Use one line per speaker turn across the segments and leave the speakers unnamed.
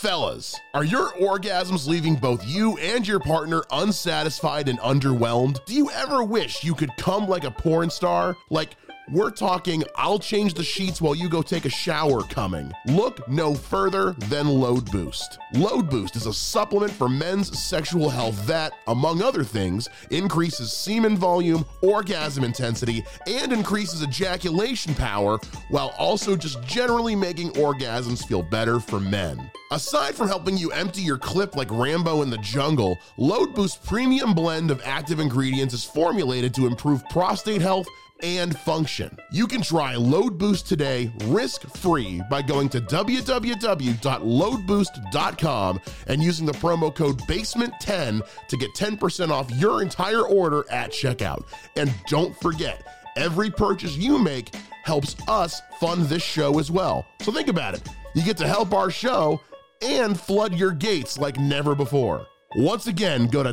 Fellas, are your orgasms leaving both you and your partner unsatisfied and underwhelmed? Do you ever wish you could come like a porn star? Like, we're talking, I'll change the sheets while you go take a shower coming. Look no further than Load Boost. Load Boost is a supplement for men's sexual health that, among other things, increases semen volume, orgasm intensity, and increases ejaculation power while also just generally making orgasms feel better for men. Aside from helping you empty your clip like Rambo in the jungle, Load Boost premium blend of active ingredients is formulated to improve prostate health and function. You can try Load Boost today risk free by going to www.loadboost.com and using the promo code BASEMENT10 to get 10% off your entire order at checkout. And don't forget, every purchase you make helps us fund this show as well. So think about it you get to help our show and flood your gates like never before. Once again, go to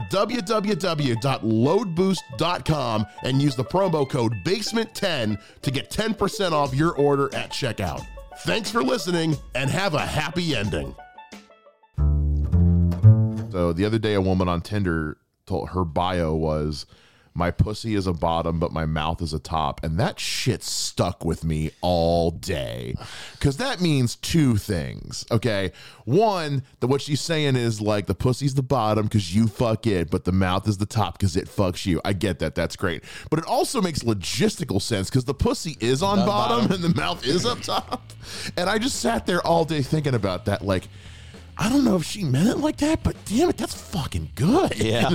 www.loadboost.com and use the promo code BASEMENT10 to get 10% off your order at checkout. Thanks for listening and have a happy ending.
So the other day, a woman on Tinder told her bio was, "My pussy is a bottom, but my mouth is a top," and that shit stuck with me all day because that means two things. Okay, one that what she's saying is like the pussy's the bottom because you fuck it, but the mouth is the top because it fucks you. I get that. That's great, but it also makes logistical sense because the pussy is on
The
bottom,
bottom.
and the mouth is up top. And I just sat there all day thinking about that, like. I don't know if she meant it like that, but damn it, that's fucking good.
Yeah.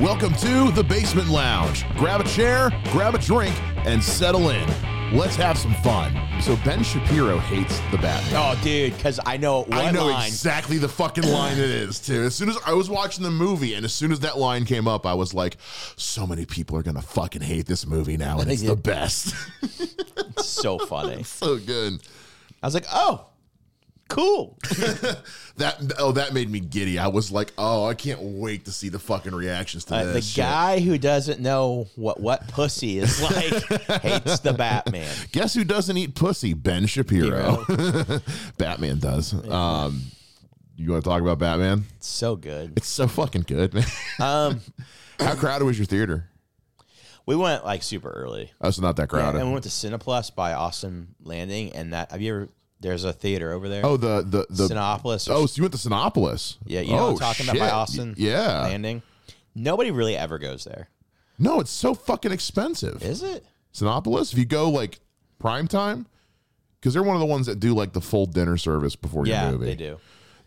Welcome to the Basement Lounge. Grab a chair, grab a drink, and settle in. Let's have some fun. So Ben Shapiro hates the Batman.
oh, dude, because I know Oh, what
I know
line.
exactly the fucking line it is too. As soon as I was watching the movie, and as soon as that line came up, I was like, "So many people are gonna fucking hate this movie now, and it's the best."
It's so funny.
so good.
I was like, oh, cool.
That oh, that made me giddy. I was like, "Oh, I can't wait to see the fucking reactions to
Uh,
this."
the
shit.
guy who doesn't know what what pussy is like hates the Batman.
Guess who doesn't eat pussy? Ben Shapiro. Batman does. Um, you want to talk about Batman?
It's so good.
It's so fucking good, man.
Um,
How crowded was your theater?
we went like super early.
Oh, it's not that crowded.
And we went to Cineplus by Austin Landing, and that have you ever? There's a theater over there.
oh, the the the.
Sinopolis.
oh, so you went to Sinopolis?
yeah, you know
oh,
what I'm talking about by
shit.
Austin.
Yeah.
Landing. Nobody really ever goes there,
No, it's so fucking expensive.
is it?
Sinopolis. If you go like prime time, because they're one of the ones that do like the full dinner service before
yeah,
your movie.
they do.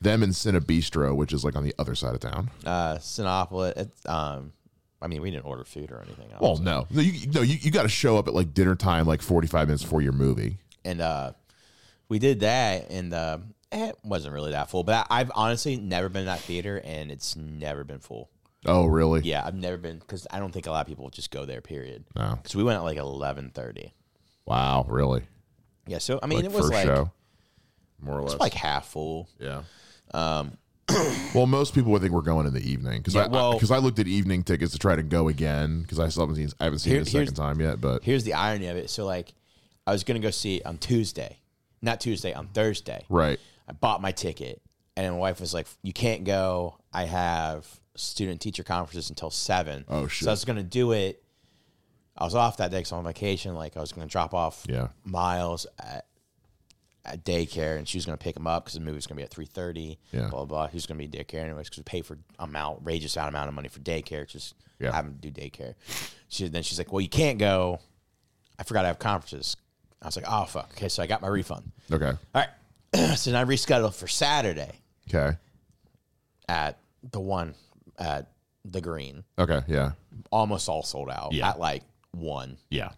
Them and Cinebistro, which is like on the other side of town.
Uh, Sinopolis. It's, um, I mean, we didn't order food or anything.
Well,
obviously.
no, no, you no, you, you got to show up at like dinner time, like forty five minutes before your movie.
and uh, we did that, and uh, it wasn't really that full. But I, I've honestly never been in that theater, and it's never been full.
Oh, really?
Yeah, I've never been because I don't think a lot of people just go there. Period.
No.
Because we went at like eleven thirty.
Wow, really?
Yeah, so I mean,
Like,
it was
first
like
show, more or
it's
less.
like half full.
yeah. um, well, most people would think we're going in the evening because
Yeah,
I
well-
because I looked at evening tickets to try to go again because I still haven't seen I haven't seen
Here-
it a
here's-
second time yet. But
Here's the irony of it. So like, I was gonna go see it on Tuesday, not Tuesday, on Thursday.
right,
I bought my ticket, and my wife was like, "You can't go. I have student teacher conferences until 7.
Oh, shit.
So I was gonna do it. I was off that day because I'm on vacation. Like I was gonna drop off
Yeah.
Miles at, at daycare, and she was gonna pick him up because the movie was gonna be at three thirty.
Yeah.
Blah blah. blah. He was gonna be at daycare anyways because we pay for an outrageous amount of money for daycare. Just
Yeah.
having to do daycare. She then she's like, "Well, you can't go. I forgot I have conferences." I was like, "Oh fuck." Okay, so I got my refund.
okay,
All right. so then I rescheduled for Saturday
okay,
at the one at the green.
okay, yeah,
Almost all sold out
Yeah.
at like one.
yeah,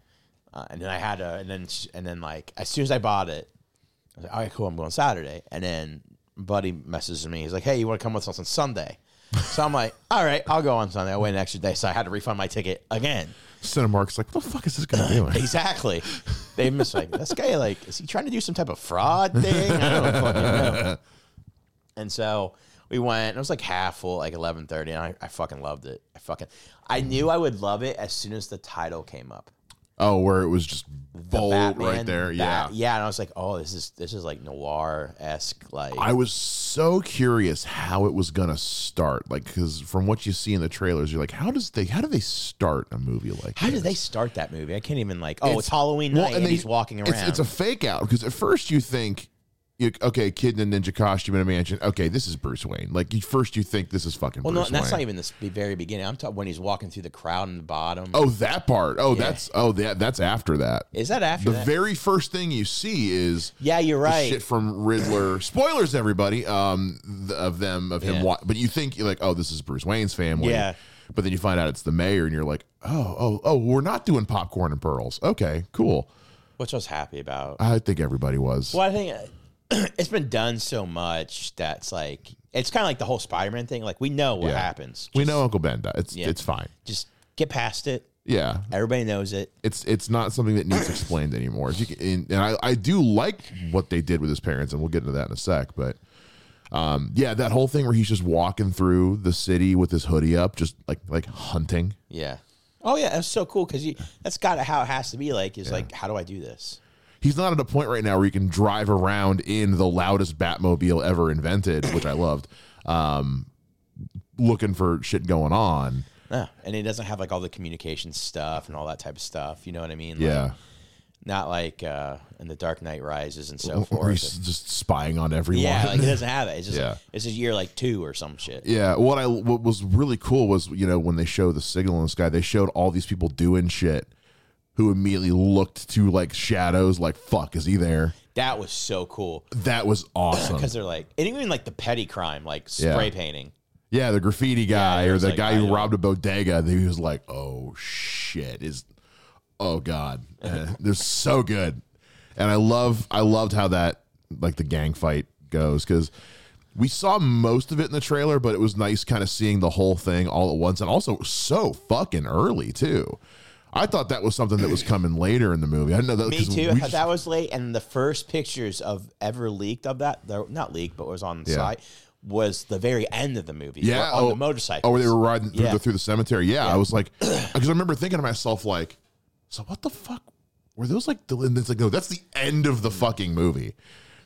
Uh, and then I had a, and then, sh- and then like, as soon as I bought it, I was like, all right, cool, I'm going Saturday. And then Buddy messages me. He's like, hey, you want to come with us on Sunday? So I'm like, all right, I'll go on Sunday. I wait an extra day. So I had to refund my ticket again.
Cinemark's like, what the fuck is this guy doing?
Exactly. They must like this guy. Like, is he trying to do some type of fraud thing? I don't fucking know. And so we went. And it was like half full, like eleven thirty, and I, I fucking loved it. I fucking, I knew I would love it as soon as the title came up.
Oh, where it was just bold right
Batman,
there.
Bat-
yeah.
yeah. And I was like, oh, this is this is like noir esque, like
I was so curious how it was gonna start, like because from what you see in the trailers, you're like, how does they, how do they start a movie like?
How did
this?
they start that movie? I can't even like. Oh, it's,
It's-
Halloween night, and,
they-
he's walking around.
It's, it's a fake out because at first you think, you, okay, kid in a ninja costume in a mansion. Okay, this is Bruce Wayne. Like you, first you think this is fucking.
well, no,
Bruce
that's
Wayne.
not even the s- the very beginning. I'm talking when he's walking through the crowd in the bottom.
Oh, that part. Oh, that's oh that that's after that.
is that after
the
that?
very first thing you see is
yeah, you're
the
right.
shit from Riddler. Spoilers, everybody. Um, th- of them of him.
Yeah.
Wa- but you think you're like, oh, this is Bruce Wayne's family.
Yeah.
But then you find out it's the mayor, and you're like, oh, oh, oh, we're not doing popcorn and pearls. Okay, cool.
which I was happy about.
I think everybody was.
Well, I think uh, it's been done so much that's like it's kind of like the whole Spider-Man thing. Like we know what
Yeah.
happens.
we know Uncle Ben. Died. It's
Yeah.
it's fine.
Just get past it.
Yeah,
Everybody knows it.
it's it's not something that needs explained anymore. If you can, and, and I, I do like what they did with his parents, and we'll get into that in a sec. But um, yeah, that whole thing where he's just walking through the city with his hoodie up, just like like hunting.
Yeah. Oh yeah, that's so cool because that's got to how it has to be. Like is like how do I do this?
He's not at a point right now where you can drive around in the loudest Batmobile ever invented, which I loved. Um, looking for shit going on.
No, and it doesn't have like all the communication stuff and all that type of stuff. You know what I mean? Like,
Yeah,
not like uh, in the Dark Knight Rises and so
or he's
forth.
just spying on everyone.
Yeah, like it doesn't have it. It's just
Yeah.
it's just year like two or some shit.
Yeah, what I what was really cool was you know when they show the signal in the sky, they showed all these people doing shit, who immediately looked to like shadows, like fuck, is he there?
That was so cool
That was awesome.
because they're like and even like the petty crime like
Um, Yeah.
spray painting.
yeah, the graffiti guy
it
or
was
the
like,
guy
I
who
know.
robbed a bodega, and he was like, oh shit, is oh god, Eh, they're so good, and I love I loved how that like the gang fight goes because. We saw most of it in the trailer, but it was nice kind of seeing the whole thing all at once and also so fucking early too. I thought that was something that was coming later in the movie. I didn't know that
Me
'cause
too. I
we just-
thought that was late. And the first pictures of ever leaked of that, though not leaked, but was on the
Yeah.
site, was the very end of the movie.
yeah,
on
oh,
the motorcycle.
Oh, where they were riding through,
Yeah.
the, through the cemetery. Yeah, I was like, because I remember thinking to myself, like, so what the fuck were those like? The, and it's like, no, that's the end of the fucking movie.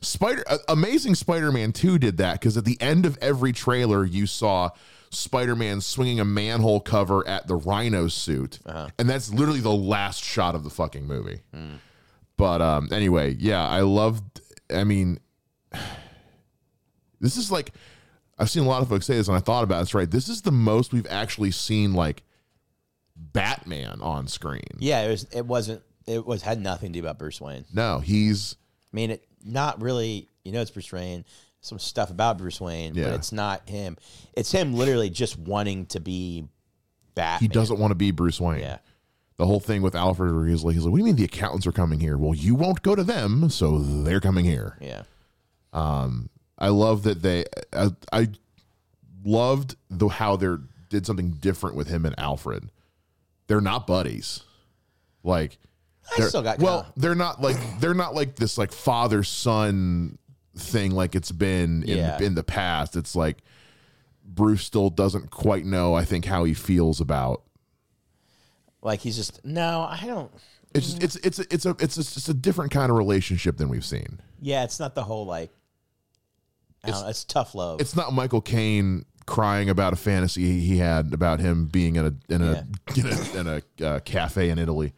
Spider uh, Amazing Spider-Man Two did that because at the end of every trailer, you saw Spider-Man swinging a manhole cover at the Rhino suit, and that's literally the last shot of the fucking movie. But um, anyway, yeah, I loved. I mean, this is like I've seen a lot of folks say this, and I thought about it. it's right. This is the most we've actually seen like Batman on screen.
Yeah, it was. It wasn't. It was had nothing to do about Bruce Wayne.
No, he's
I mean, it not really. You know, it's Bruce Wayne. Some stuff about Bruce Wayne,
Yeah.
but it's not him. It's him literally just wanting to be Batman.
he doesn't want to be Bruce Wayne.
Yeah.
The whole thing with Alfred, where he's like, he's like, "What do you mean the accountants are coming here? Well, you won't go to them, so they're coming here."
Yeah.
I love that they. I, I loved the how they did something different with him and Alfred. They're not buddies. Like
I
they're-
still got
well,
kinda-
they're not like they're not like this like father son thing like it's been in
Yeah.
in the past. It's like Bruce still doesn't quite know. I think how he feels about
Like he's just no. I don't.
it's just, it's it's it's a it's a, it's a different kind of relationship than we've seen.
Yeah, it's not the whole like. I don't know, it's tough love.
it's not Michael Caine crying about a fantasy he had about him being in a in a in a, in a uh, cafe in Italy.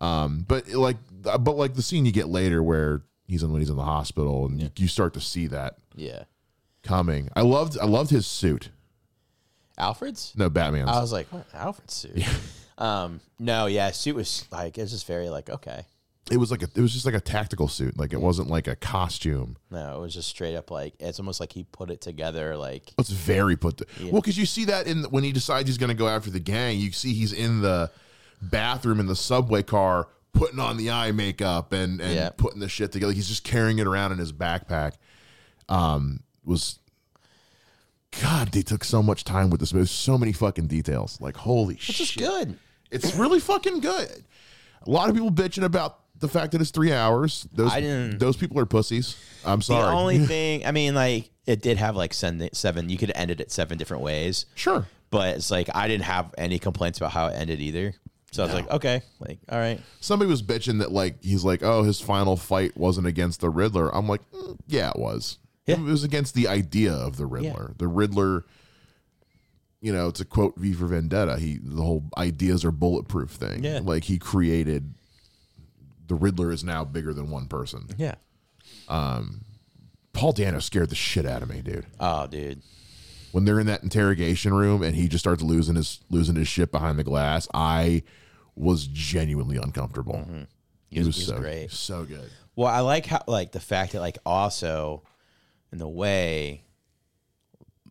Um, but like, but like the scene you get later where he's in when he's in the hospital, and you, you start to see that
yeah.
coming. I loved I loved his suit.
Alfred's.
No, Batman's.
I was like, what? Alfred's suit. Um. No. Yeah. Suit was like. It's just very like okay.
it was like a, it was just like a tactical suit. Like it wasn't like a costume.
No, it was just straight up like it's almost like he put it together. Like
It's very put. To, Well, because you see that in when he decides he's going to go after the gang, you see he's in the bathroom in the subway car putting on the eye makeup and and
Yeah.
putting the shit together. He's just carrying it around in his backpack. Um, was God, they took so much time with this. There's so many fucking details. Like holy
which
shit,
is good.
it's really fucking good. A lot of people bitching about the fact that it's three hours. Those
I didn't-
those people are pussies. I'm sorry.
The only thing I mean, like it did have like seven, seven. You could end it at seven different ways,
sure.
but it's like I didn't have any complaints about how it ended either. So I was like, okay, like all right,
Somebody was bitching that like he's like, oh, his final fight wasn't against the Riddler. I'm like, mm, yeah, it was.
Yeah.
It was against the idea of the Riddler. The Riddler, you know, to quote V for Vendetta, he the whole ideas are bulletproof thing.
Yeah.
Like he created the Riddler is now bigger than one person.
yeah.
Paul Dano scared the shit out of me, dude.
Oh, dude,
when they're in that interrogation room and he just starts losing his losing his shit behind the glass, I was genuinely uncomfortable. He, was,
Mm-hmm. he was
so
great.
so good.
Well, I like how like the fact that like also in the way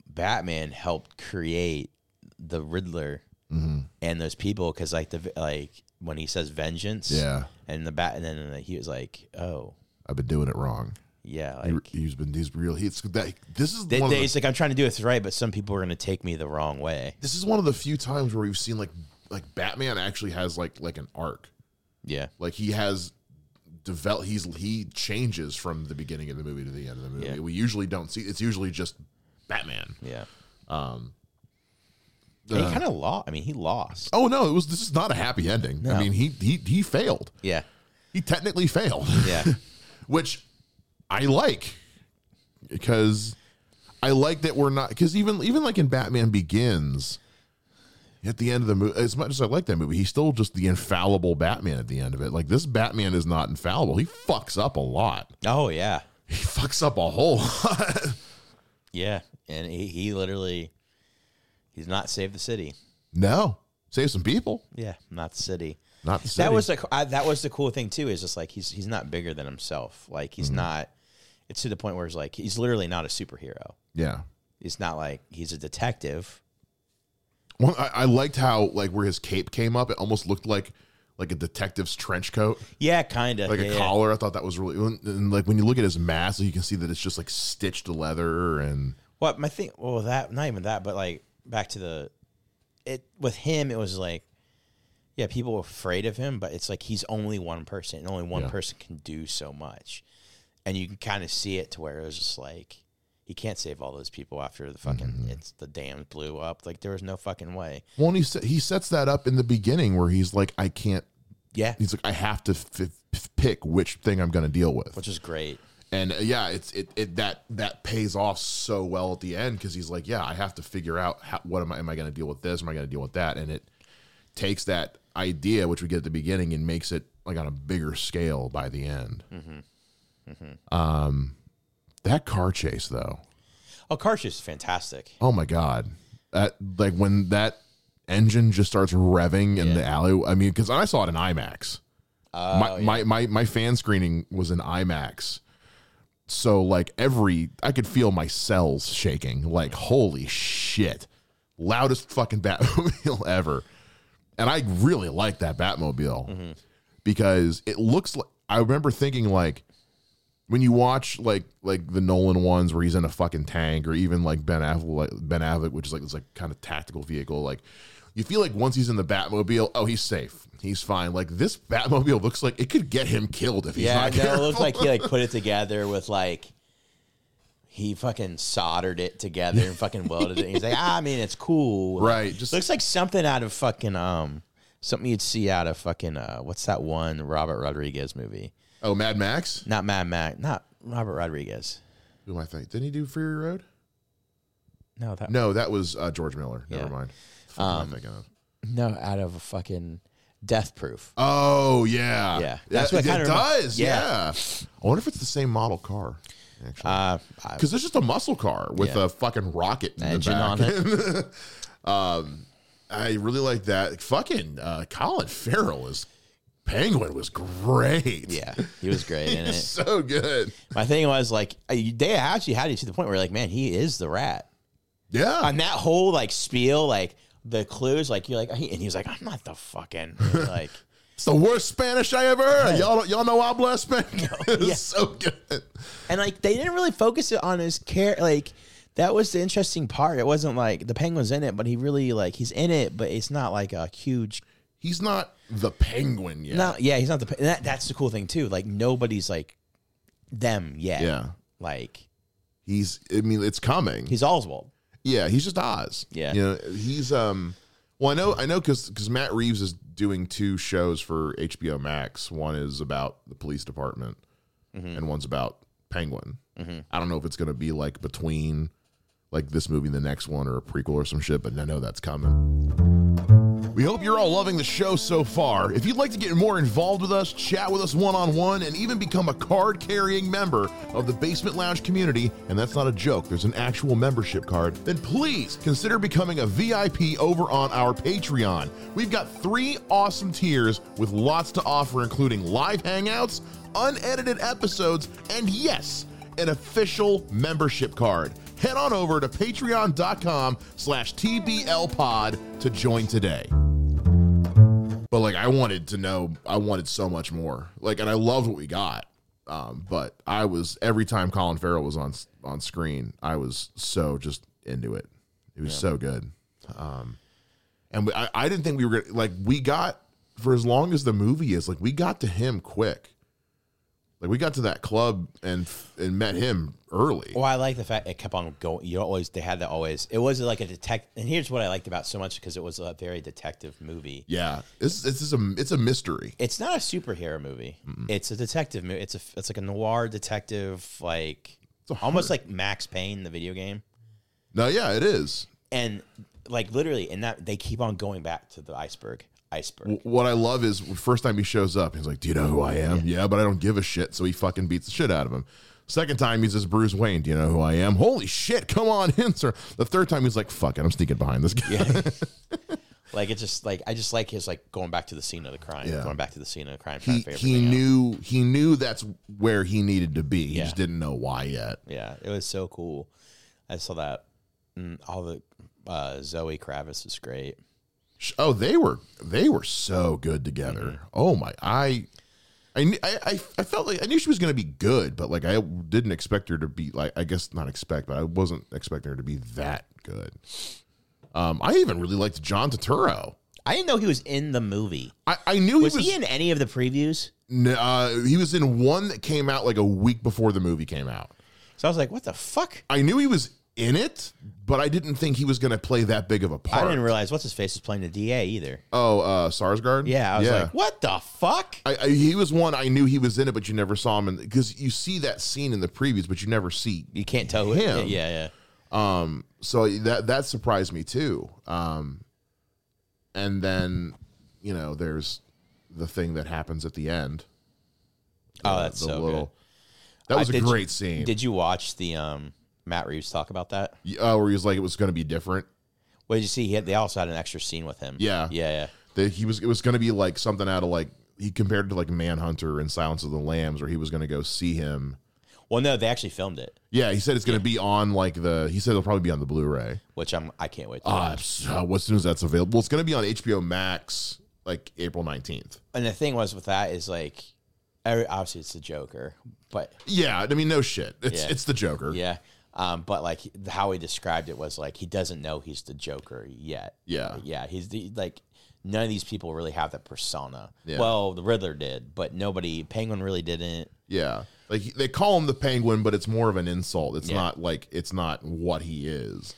Batman helped create the Riddler
Mm-hmm.
and those people because like the like when he says vengeance,
Yeah,
and the bat and then uh, he was like, oh
I've been doing it wrong.
yeah,
He,
like
he's been he's real. He's that. This is
they,
one
they,
of the,
it's like I'm trying to do it right, but some people are gonna take me the wrong way.
this is one of the few times where we've seen like like Batman actually has like like an arc.
Yeah,
Like he has develop. He's he changes from the beginning of the movie to the end of the movie.
Yeah.
We usually don't see. It's usually just Batman.
yeah.
Uh,
And he kind of lost. I mean, he lost.
oh no! It was this is not a happy ending. I
No.
mean he he he failed.
Yeah,
he technically failed,
yeah,
which I like because I like that we're not because even even like in Batman Begins, at the end of the movie, as much as I like that movie, he's still just the infallible Batman at the end of it. Like this Batman is not infallible; he fucks up a lot.
oh yeah,
He fucks up a whole lot.
yeah. And he, he literally, he's not saved the city.
no, save some people,
Yeah, not the city.
not the
That
city.
was the I, that was the cool thing too. Is just like he's he's not bigger than himself. Like he's
Mm-hmm.
not. It's to the point where it's like he's literally not a superhero.
yeah.
It's not like he's a detective.
One, I, I liked how like where his cape came up; it almost looked like like a detective's trench coat.
Yeah, kind of
like a collar. I thought that was really and like when you look at his mask, you can see that it's just like stitched leather and
What my thing? Well, that not even that, but like back to the it with him. It was like, yeah, people were afraid of him, but it's like he's only one person, and only one
Yeah.
person can do so much. And you can kind of see it to where it was just like he can't save all those people after the fucking it's the dam blew up. Like there was no fucking way.
well, and he se- he sets that up in the beginning where he's like, I can't.
Yeah,
He's like, I have to f- f- pick which thing I'm going to deal with,
which is great.
and uh, yeah, it's it, it that that pays off so well at the end because he's like, yeah, I have to figure out how, what am I am I going to deal with this? Am I going to deal with that? And it takes that idea which we get at the beginning and makes it like on a bigger scale by the end. Um,
Mm-hmm.
that car chase though.
Oh, Karsh is fantastic.
Oh my god! That like when that engine just starts revving in the alley. I mean, because I saw it in IMAX. my, my my my fan screening was in IMAX, so like every I could feel my cells shaking. Like holy shit, loudest fucking Batmobile ever, and I really like that Batmobile because it looks like I remember thinking like when you watch like like the Nolan ones where he's in a fucking tank, or even like Ben Affleck, like Ben Affleck, which is like this like kind of tactical vehicle, like you feel like once he's in the Batmobile, oh, he's safe, he's fine. Like this Batmobile looks like it could get him killed if he's
Yeah,
not
no, it
careful.
looked like he like put it together with like he fucking soldered it together and fucking welded it. And he's like, ah, I mean, it's cool,
Right, just-
Just looks like something out of fucking um something you'd see out of fucking uh what's that one Robert Rodriguez movie?
oh, Mad Max.
Not Mad Max, not Robert Rodriguez.
Who am I thinking? Didn't he do Fury Road?
No, that
No, that was uh, George Miller. Never
Yeah. Um,
mind. Fuck am I thinking of?
no, out of a fucking Death Proof.
Oh yeah,
Yeah, that's what
it,
I kinda
it
remember.
does.
Yeah.
Yeah. I wonder if it's the same model car. Actually,
Uh, I,
because it's just a muscle car with
Yeah.
a fucking rocket in
Engine
the back.
on
it. um, I really like that. Fucking uh, Colin Farrell is Penguin was great.
yeah, he was great in it.
so good.
My thing was like I- they actually had it to the point where like, man, he is the rat.
Yeah,
on that whole like spiel, like the clues, like you're like, and he was like, I'm not the fucking like,
it's the worst Spanish I ever heard. Y'all, don't- y'all know I bless Spanish. it's
Yeah.
so good.
and like they didn't really focus it on his care, like. That was the interesting part. It wasn't like the penguin's in it, but he really like he's in it, but it's not like a huge.
He's not the Penguin yet.
No, yeah, he's not the. pe- and That, that's the cool thing too. Like nobody's like them yet.
Yeah,
like
he's. I mean, it's coming.
he's Oswald.
Yeah, he's just Oz.
Yeah.
you know, he's um. Well, I know, I know, because Matt Reeves is doing two shows for HBO Max. One is about the police department, and one's about Penguin. I don't know if it's going to be like between like this movie and the next one, or a prequel or some shit. But I know that's coming. We hope you're all loving the show so far. If you'd like to get more involved with us, chat with us one on one, and even become a card carrying member of the Basement Lounge community, and that's not a joke, there's an actual membership card, then please consider becoming a VIP over on our Patreon. We've got three awesome tiers with lots to offer, including live hangouts, unedited episodes, and yes, an official membership card. Head on over to patreon.com slash tblpod to join today. But like I wanted to know, I wanted so much more. Like, and I loved what we got. Um, but I was every time Colin Farrell was on s- on screen, I was so just into it. It was so good. Um, and we, I, I didn't think we were gonna like we got for as long as the movie is like we got to him quick. Like we got to that club and f- and met him early.
Well, I like the fact it kept on going. You always they had that always. It was like a detect. And here's what I liked about so much because it was a very detective movie.
Yeah, this this is a it's a mystery.
It's not a superhero movie. It's a detective movie. It's a it's like a noir detective like almost like Max Payne the video game.
No, yeah, it is.
And like literally in that they keep on going back to the iceberg. Iceberg.
W- What I love is first time he shows up, he's like, "Do you know who I am?" Yeah. but I don't give a shit. So he fucking beats the shit out of him. Second time he's just Bruce Wayne. Do you know who I am? Holy shit! Come on in, sir. The third time he's like, "Fuck it, I'm sneaking behind this guy."
Yeah. like it's just like I just like his like going back to the scene of the crime,
Yeah.
going back to the scene of the crime. trying
he
to figure
he
everything out.
knew he knew that's where he needed to be. He
Yeah.
just didn't know why yet.
Yeah, it was so cool. I saw that. Mm, all the uh, Zoe Kravitz is great.
Sh- Oh, they were they were so good together.
Mm-hmm.
Oh my, I. I, kn- I, I- I felt like I knew she was going to be good, but like I didn't expect her to be like I guess not expect, but I wasn't expecting her to be that good. Um, I even really liked John Turturro.
I didn't know he was in the movie.
I, I knew
Was
he
he,
was
in any of the previews?
n- uh, he was in one that came out like a week before the movie came out.
So I was like, what the fuck?
I knew he was in it, but I didn't think he was going to play that big of a part.
I didn't realize what's his face was playing the DA either.
oh, uh, Sarsgaard.
Yeah, I was like, what the fuck?
I, I, he was one I knew he was in it, but you never saw him because you see that scene in the previews, but you never see.
You can't tell who-
Him.
Yeah, yeah.
Um, so that that surprised me too. Um, and then you know, there's the thing that happens at the end.
Oh,
The-
that's
the
so
little- That was
I-
a
did you-
great scene.
good. Did you watch the um, Matt Reeves talk about that?
uh, where he was like, it was going to be different.
What did you see? He had, they also had an extra scene with him.
Yeah.
yeah, yeah.
That he was, it was going to be like something out of like he compared it to like Manhunter and Silence of the Lambs, where he was going to go see him.
Well, no, they actually filmed it,
Yeah, he said it's going to be on like the. He said it'll probably be on the Blu-ray.
which I'm I can't wait. To watch.
Uh, as soon as that's available, it's going to be on HBO Max like April 19th.
and the thing was with that is like, every, obviously it's the Joker, but
Yeah, I mean, no shit. It's
Yeah.
it's the Joker.
yeah, um, but like how he described it was like he doesn't know he's the Joker yet.
Yeah.
yeah, he's the like none of these people really have that persona.
Yeah.
Well, the Riddler did, but nobody Penguin really didn't.
Yeah. Like he- they call him the Penguin, but it's more of an insult. It's
Yeah.
not like it's not what he is.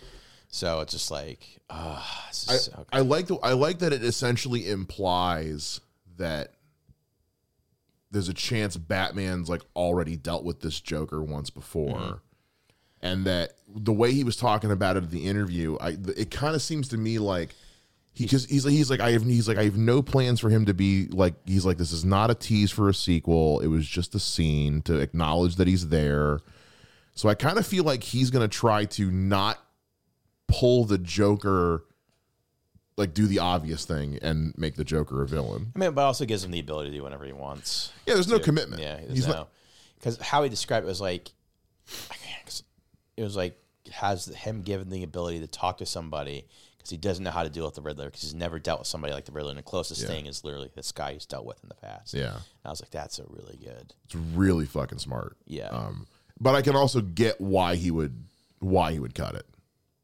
So it's just like, uh,
I, I like the I like that it essentially implies that there's a chance Batman's like already dealt with this Joker once before. And that the way he was talking about it in the interview, I th- it kind of seems to me like he just he's like he's like I have he's like I have no plans for him to be like he's like this is not a tease for a sequel. It was just a scene to acknowledge that he's there. So I kind of feel like he's going to try to not pull the Joker, like do the obvious thing and make the Joker a villain.
I mean, but also gives him the ability to do whatever he wants.
Yeah, there's no
too.
commitment.
Yeah,
He's
there's
not-
no. Because how he described it was like, I can't- 'cause it was like has him given the ability to talk to somebody because he doesn't know how to deal with the Riddler because he's never dealt with somebody like the Riddler. And the closest thing is literally this guy he's dealt with in the past.
Yeah,
And I was like, that's a really good.
it's really fucking smart.
Yeah.
Um, but I can also get why he would why he would cut it.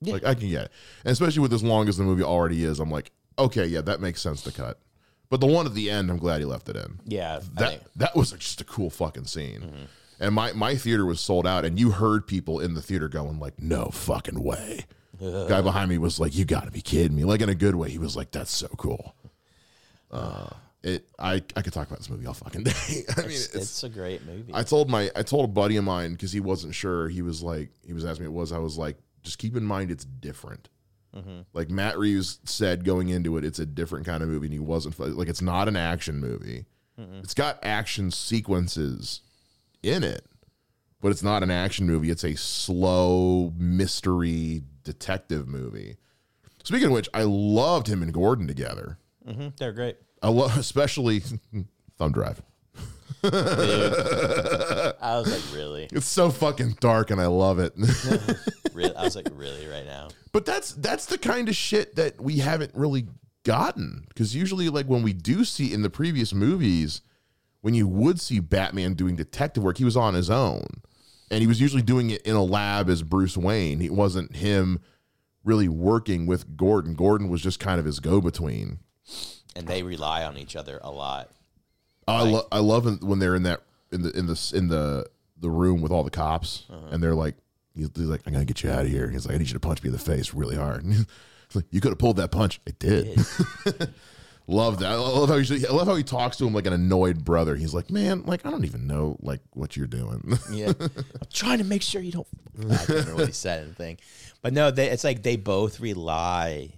Yeah.
Like I can get it, and especially with as long as the movie already is, I'm like, okay, yeah, that makes sense to cut. But the one at the end, I'm glad he left it in.
yeah. I
that
think,
that was just a cool fucking scene. And my my theater was sold out, and you heard people in the theater going like, "No fucking way." guy behind me was like, "You got to be kidding me!" Like in a good way. He was like, "That's so cool." Uh, it. I I could talk about this movie all fucking day. I mean,
It's,
it's
it's a great movie.
I told my I told a buddy of mine because he wasn't sure. He was like he was asking me what it was. I was like, just keep in mind it's different. Like Matt Reeves said going into it, it's a different kind of movie, and he wasn't like it's not an action movie. It's got action sequences in it, but it's not an action movie. It's a slow mystery detective movie. Speaking of which, I loved him and Gordon together.
hmm They're great.
I love especially Thumb Drive.
I was like, really,
It's so fucking dark, and I love it.
really. I was like, really, right now.
But that's that's the kind of shit that we haven't really gotten because usually, like when we do see in the previous movies, when you would see Batman doing detective work, he was on his own, and he was usually doing it in a lab as Bruce Wayne. It wasn't him really working with Gordon. Gordon was just kind of his go-between.
And they rely on each other a lot.
I, lo- I love it when they're in that in the in the in the the room with all the cops, and they're like, he's, he's like, "I'm gonna get you out of here." He's like, "I need you to punch me in the face really hard." He's like, you could have pulled that punch. I did. love that. I love how he I love how he talks to him like an annoyed brother. He's like, "Man, like I don't even know like what you're doing."
Yeah, I'm trying to make sure you don't. I can't remember what he said and thing, but no, they, it's like they both rely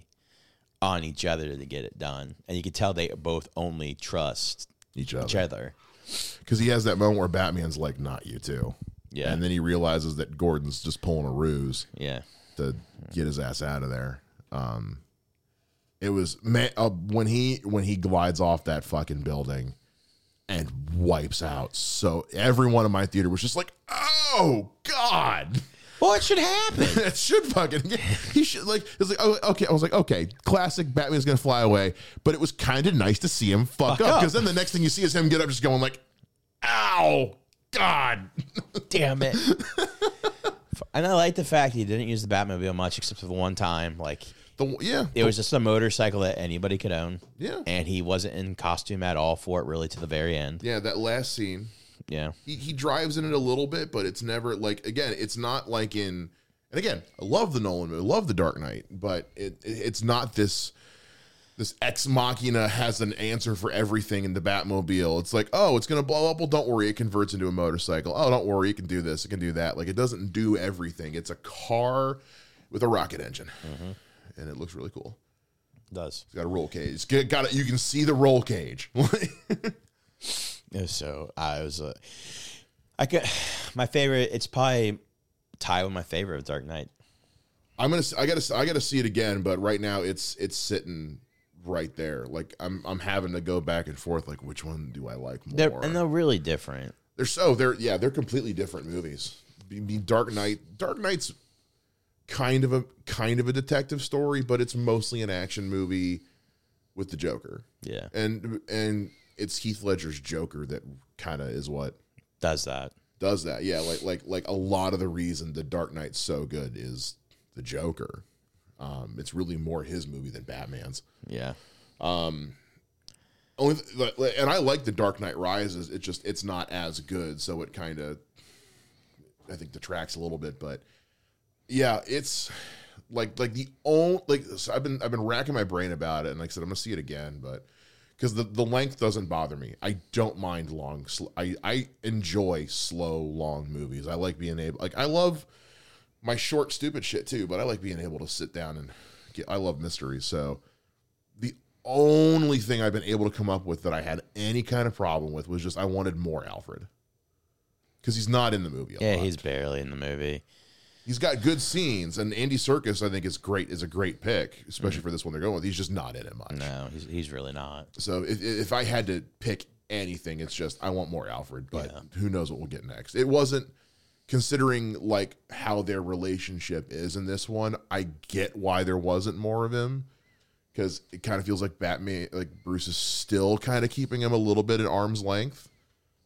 on each other to get it done, and you can tell they both only trust
Each
each
other,
other.
because he has that moment where Batman's like, "Not you too,"
Yeah.
and then he realizes that Gordon's just pulling a ruse.
Yeah,
to get his ass out of there. Um, it was man uh, when he when he glides off that fucking building and wipes out. So everyone in my theater was just like, "Oh God,
well, it should happen.
that should fucking he should like." It's like, oh, okay, I was like, okay, classic Batman's gonna fly away, but it was kind of nice to see him fuck,
Fuck
up
up.
because then the next thing you see is him get up, just going like, "Ow, God."
Damn it. and I like the fact he didn't use the Batmobile much, except for the one time. Like
The, yeah,
it was just a motorcycle that anybody could own.
Yeah.
and he wasn't in costume at all for it, really, to the very end.
yeah. That last scene.
Yeah,
he, he drives in it a little bit, but it's never like again, it's not like in and again, I love the Nolan movie, I love the Dark Knight, but it, it it's not this this ex machina has an answer for everything in the Batmobile. It's like, oh, it's gonna blow up. Well, don't worry, it converts into a motorcycle. Oh, don't worry, it can do this, it can do that. Like it doesn't do everything. It's a car with a rocket engine, and it looks really cool.
does.
It's got a roll cage. It's got- got it. You can see the roll cage.
Yeah, So I was, uh, I could, my favorite. It's probably tie with my favorite of Dark Knight.
I'm gonna. I gotta. I gotta see it again. But right now, it's it's sitting right there. Like I'm. I'm having to go back and forth. Like which one do I like more?
They're and they're really different.
They're so they're yeah they're completely different movies. I mean, Dark Knight. Dark Knight's kind of a kind of a detective story, but it's mostly an action movie with the Joker,
Yeah,
and and it's Heath Ledger's Joker that kind of is what
does that?
does that. Yeah, like like like a lot of the reason the Dark Knight's so good is the Joker. Um, it's really more his movie than Batman's.
Yeah,
Only th- like- like- and I like the Dark Knight Rises. It just it's not as good, so it kind of I think detracts a little bit. But yeah, it's like like the only like so I've been I've been racking my brain about it, and like I said, I'm gonna see it again, but because the the length doesn't bother me. I don't mind long. Sl- I I enjoy slow long movies. I like being able like I love my short stupid shit too, but I like being able to sit down and get. I love mysteries, so the only thing I've been able to come up with that I had any kind of problem with was just I wanted more Alfred. Because he's not in the movie. a
yeah.
lot.
He's barely in the movie.
he's got good scenes, and Andy Circus I think is great is a great pick, especially for this one they're going with. He's just not in it much.
No, he's he's really not.
So if, if I had to pick anything, it's just I want more Alfred, but who knows what we'll get next. It wasn't considering like how their relationship is in this one. I get why there wasn't more of him because it kind of feels like Batman, like Bruce is still kind of keeping him a little bit at arm's length,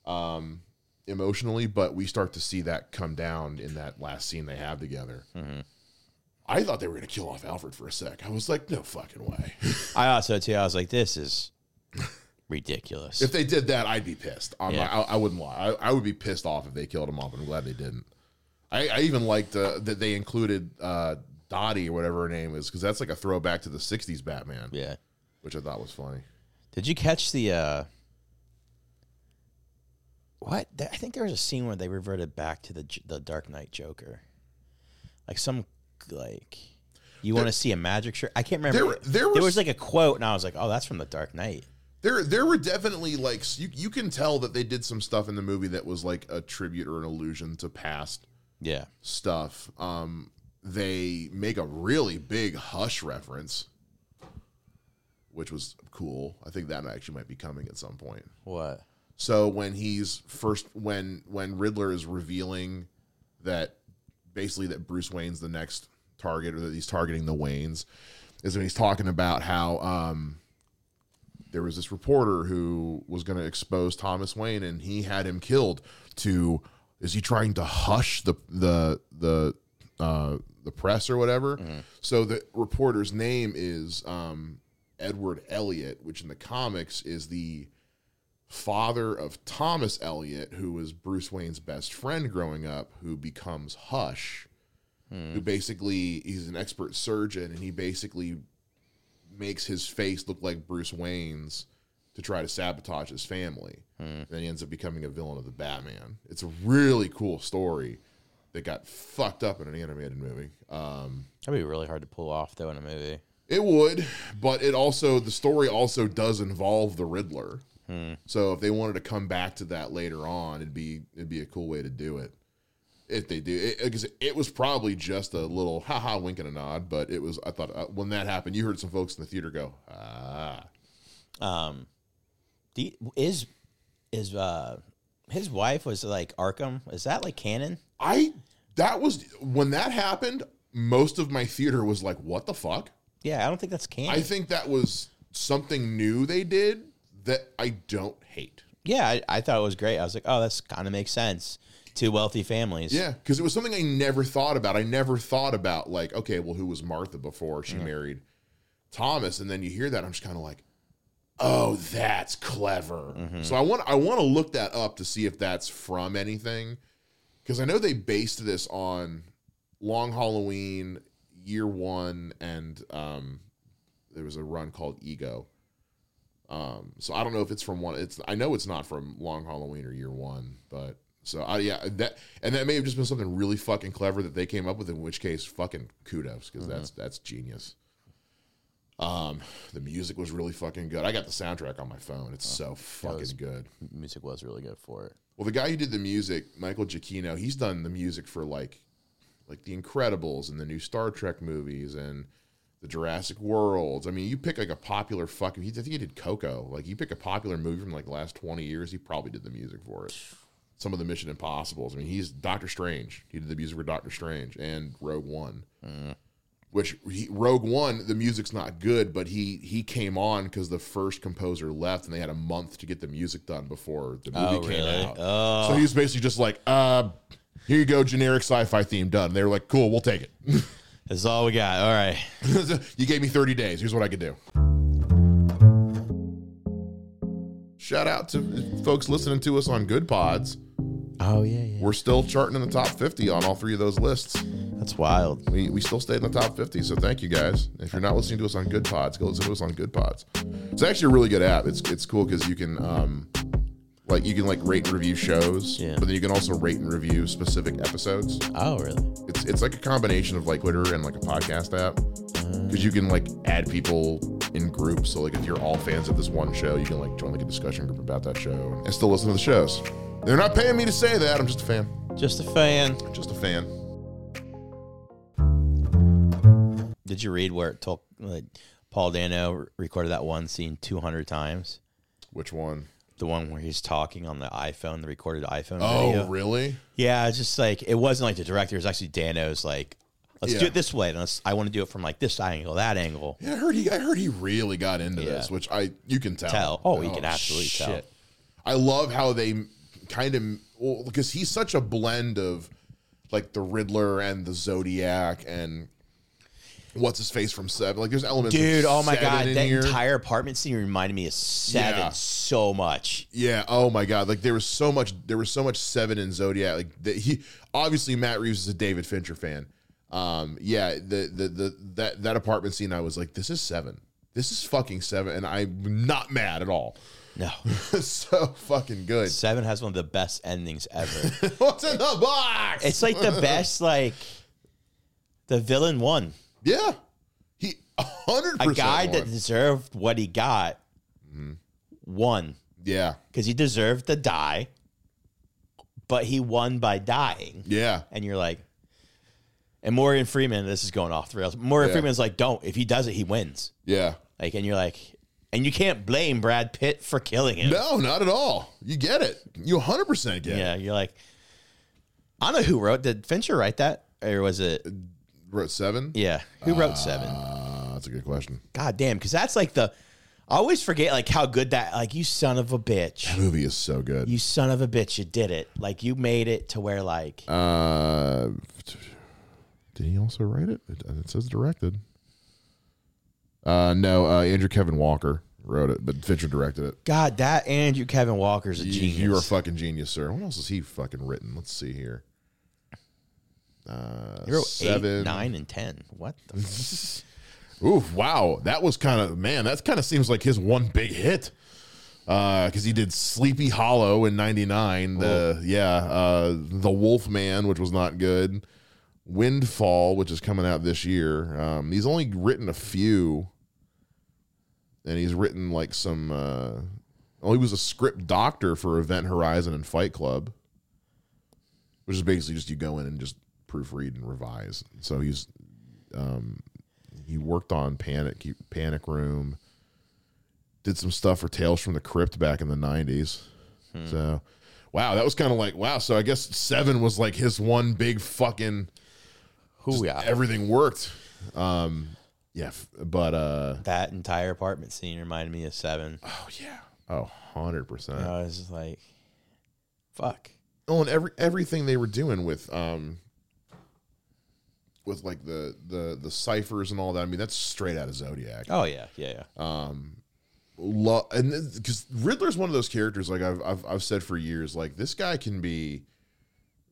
um, emotionally. But we start to see that come down in that last scene they have together. I thought they were going to kill off Alfred for a sec. I was like, no fucking way.
I also too. I was like, this is ridiculous.
If they did that, I'd be pissed. I'm
Yeah.
I, I wouldn't lie. I, I would be pissed off if they killed him off, and I'm glad they didn't. I, I even liked uh, that they included uh, Dottie or whatever her name is, because that's like a throwback to the '60s Batman,
Yeah.
which I thought was funny.
Did you catch the uh what? Th- I think there was a scene where they reverted back to the J- the Dark Knight Joker. Like some like you want to see a magic shirt? I can't remember.
There- there was-
was like a quote and I was like, "Oh, that's from the Dark Knight."
There, there were definitely like s- you, you can tell that they did some stuff in the movie that was like a tribute or an allusion to past
Yeah.
stuff. Um, they make a really big Hush reference, which was cool. I think that actually might be coming at some point.
What?
So when he's first when when Riddler is revealing that basically that Bruce Wayne's the next target or that he's targeting the Waynes is when he's talking about how um there was this reporter who was going to expose Thomas Wayne and he had him killed to is he trying to hush the the the uh the press or whatever so the reporter's name is um Edward Elliot which in the comics is the father of Thomas Elliot, who was Bruce Wayne's best friend growing up, who becomes Hush, who basically he's an expert surgeon and he basically makes his face look like Bruce Wayne's to try to sabotage his family. And then he ends up becoming a villain of the Batman. It's a really cool story that got fucked up in an animated movie. Um,
That'd be really hard to pull off though in a movie.
it would, but it also the story also does involve the Riddler. So if they wanted to come back to that later on, it'd be it'd be a cool way to do it. If they do, because it, was probably just a little haha wink and a nod, but it was I thought uh, when that happened, you heard some folks in the theater go ah.
Um do you, is is uh his wife was like Arkham? Is that like canon?
I that was when that happened. Most of my theater was like, "What the fuck."
Yeah, I don't think that's canon.
I think that was something new they did that I don't hate.
yeah, I, I thought it was great. I was like, oh, that's kind of makes sense. Two wealthy families.
Yeah, because it was something I never thought about. I never thought about like, okay, well, who was Martha before she married Thomas? And then you hear that, I'm just kind of like, oh, that's clever. So I want I want to look that up to see if that's from anything, because I know they based this on Long Halloween, Year One, and um, there was a run called Ego. Um, so I don't know if it's from one. It's I know it's not from Long Halloween or Year One, but so I yeah that and that may have just been something really fucking clever that they came up with. In which case, fucking kudos because that's that's genius. Um, the music was really fucking good. I got the soundtrack on my phone. It's so fucking good.
Music was really good for it.
Well, the guy who did the music, Michael Giacchino, he's done the music for like, like The Incredibles and the new Star Trek movies and the Jurassic Worlds. I mean, you pick like a popular fucking. He, I think he did Coco. Like, you pick a popular movie from like the last twenty years, he probably did the music for it. Some of the Mission Impossible's. I mean, he's Doctor Strange. He did the music for Doctor Strange and Rogue One.
Uh.
Which he, Rogue One, the music's not good, but he he came on because the first composer left, and they had a month to get the music done before the movie
Oh,
came
really?
out.
Oh.
So he was basically just like, uh, here you go, generic sci-fi theme done. And they were like, cool, we'll take it.
That's all we got. All right.
you gave me 30 days. Here's what I could do. Shout out to uh, folks listening to us on Good Pods.
Oh yeah, yeah.
We're still charting in the top 50 on all three of those lists.
That's wild.
We, we still stayed in the top 50, so thank you guys. If you're not listening to us on Good Pods, go listen to us on Good Pods. It's actually a really good app. It's it's cool because you can um like you can like rate and review shows,
Yeah.
but then you can also rate and review specific episodes.
Oh really?
it's it's like a combination of like Twitter and like a podcast app because you can like add people in groups. So like if you're all fans of this one show, you can like join like a discussion group about that show and still listen to the shows. They're not paying me to say that. I'm just a fan.
Just a fan.
Just a fan.
Did you read where it told like, Paul Dano recorded that one scene two hundred times?
Which one?
The one where he's talking on the iPhone, the recorded iPhone
Oh,
video.
really?
Yeah, it's just like it wasn't like the director. It was actually Dano's like, let's
Yeah.
do it this way. And let's, I want to do it from like this angle, that angle.
Yeah, I heard he. I heard he really got into
Yeah.
this, which I you can tell.
Tell. Oh, you can absolutely tell.
I love how they kind of well, because he's such a blend of like the Riddler and the Zodiac and what's his face from Seven. Like there's elements, of
Dude, oh my
Seven
god,
in
that
here.
entire apartment scene reminded me of Seven
Yeah.
so much.
yeah. Oh my god, like there was so much, there was so much Seven and Zodiac. Like that he obviously Matt Reeves is a David Fincher fan. um yeah the the the that that apartment scene i was like this is seven this is fucking seven and i'm not mad at all
No.
so fucking good
Seven has one of the best endings ever.
what's in the box
it's like the best, like, the villain won.
yeah he 100
A guy that deserved what he got
Mm-hmm.
won
yeah
because he deserved to die, but he won by dying.
yeah
And you're like, and Morgan Freeman, this is going off the rails. Morgan
Yeah.
Freeman's like, don't. If he does it, he wins.
yeah
Like, and you're like, and you can't blame Brad Pitt for killing him.
no not at all you get it you 100% get it
Yeah, you're like, I don't know who wrote. Did Fincher write that, or was it?
wrote seven
Yeah, who wrote Seven?
uh, that's a good question
God damn, because that's like the. I always forget like how good that like you son of a bitch,
movie is so good
you son of a bitch, you did it. Like you made it to where like
Uh, did he also write it? It, it says directed. Uh, no, uh, Andrew Kevin Walker wrote it, but Fincher directed it.
God that Andrew Kevin Walker's a
You,
genius.
you are a fucking genius, sir. What else has he fucking written? Let's see here. Uh,
He wrote
seven.
eight, nine, and ten. What? The f-
Oof, wow. That was kind of, man, that kind of seems like his one big hit. Because he did Sleepy Hollow in 99. The, yeah, uh, The Wolf Man, which was not good. Windfall, which is coming out this year. Um, he's only written a few. And he's written like some, uh, well, he was a script doctor for Event Horizon and Fight Club, which is basically just you go in and just proofread and revise. So he's he worked on Panic Panic Room. Did some stuff for Tales from the Crypt back in the '90s. So, wow, that was kind of like wow. So I guess Seven was like his one big fucking
Who yeah?
everything worked. Um, yeah, f- but uh,
That entire apartment scene reminded me of Seven.
oh yeah, oh 100 percent.
I was just like, fuck.
Oh, and every everything they were doing with um with like the the the ciphers and all that. I mean, that's straight out of Zodiac.
Oh yeah, yeah, yeah.
love and because Riddler's one of those characters like I've, I've I've said for years like this guy can be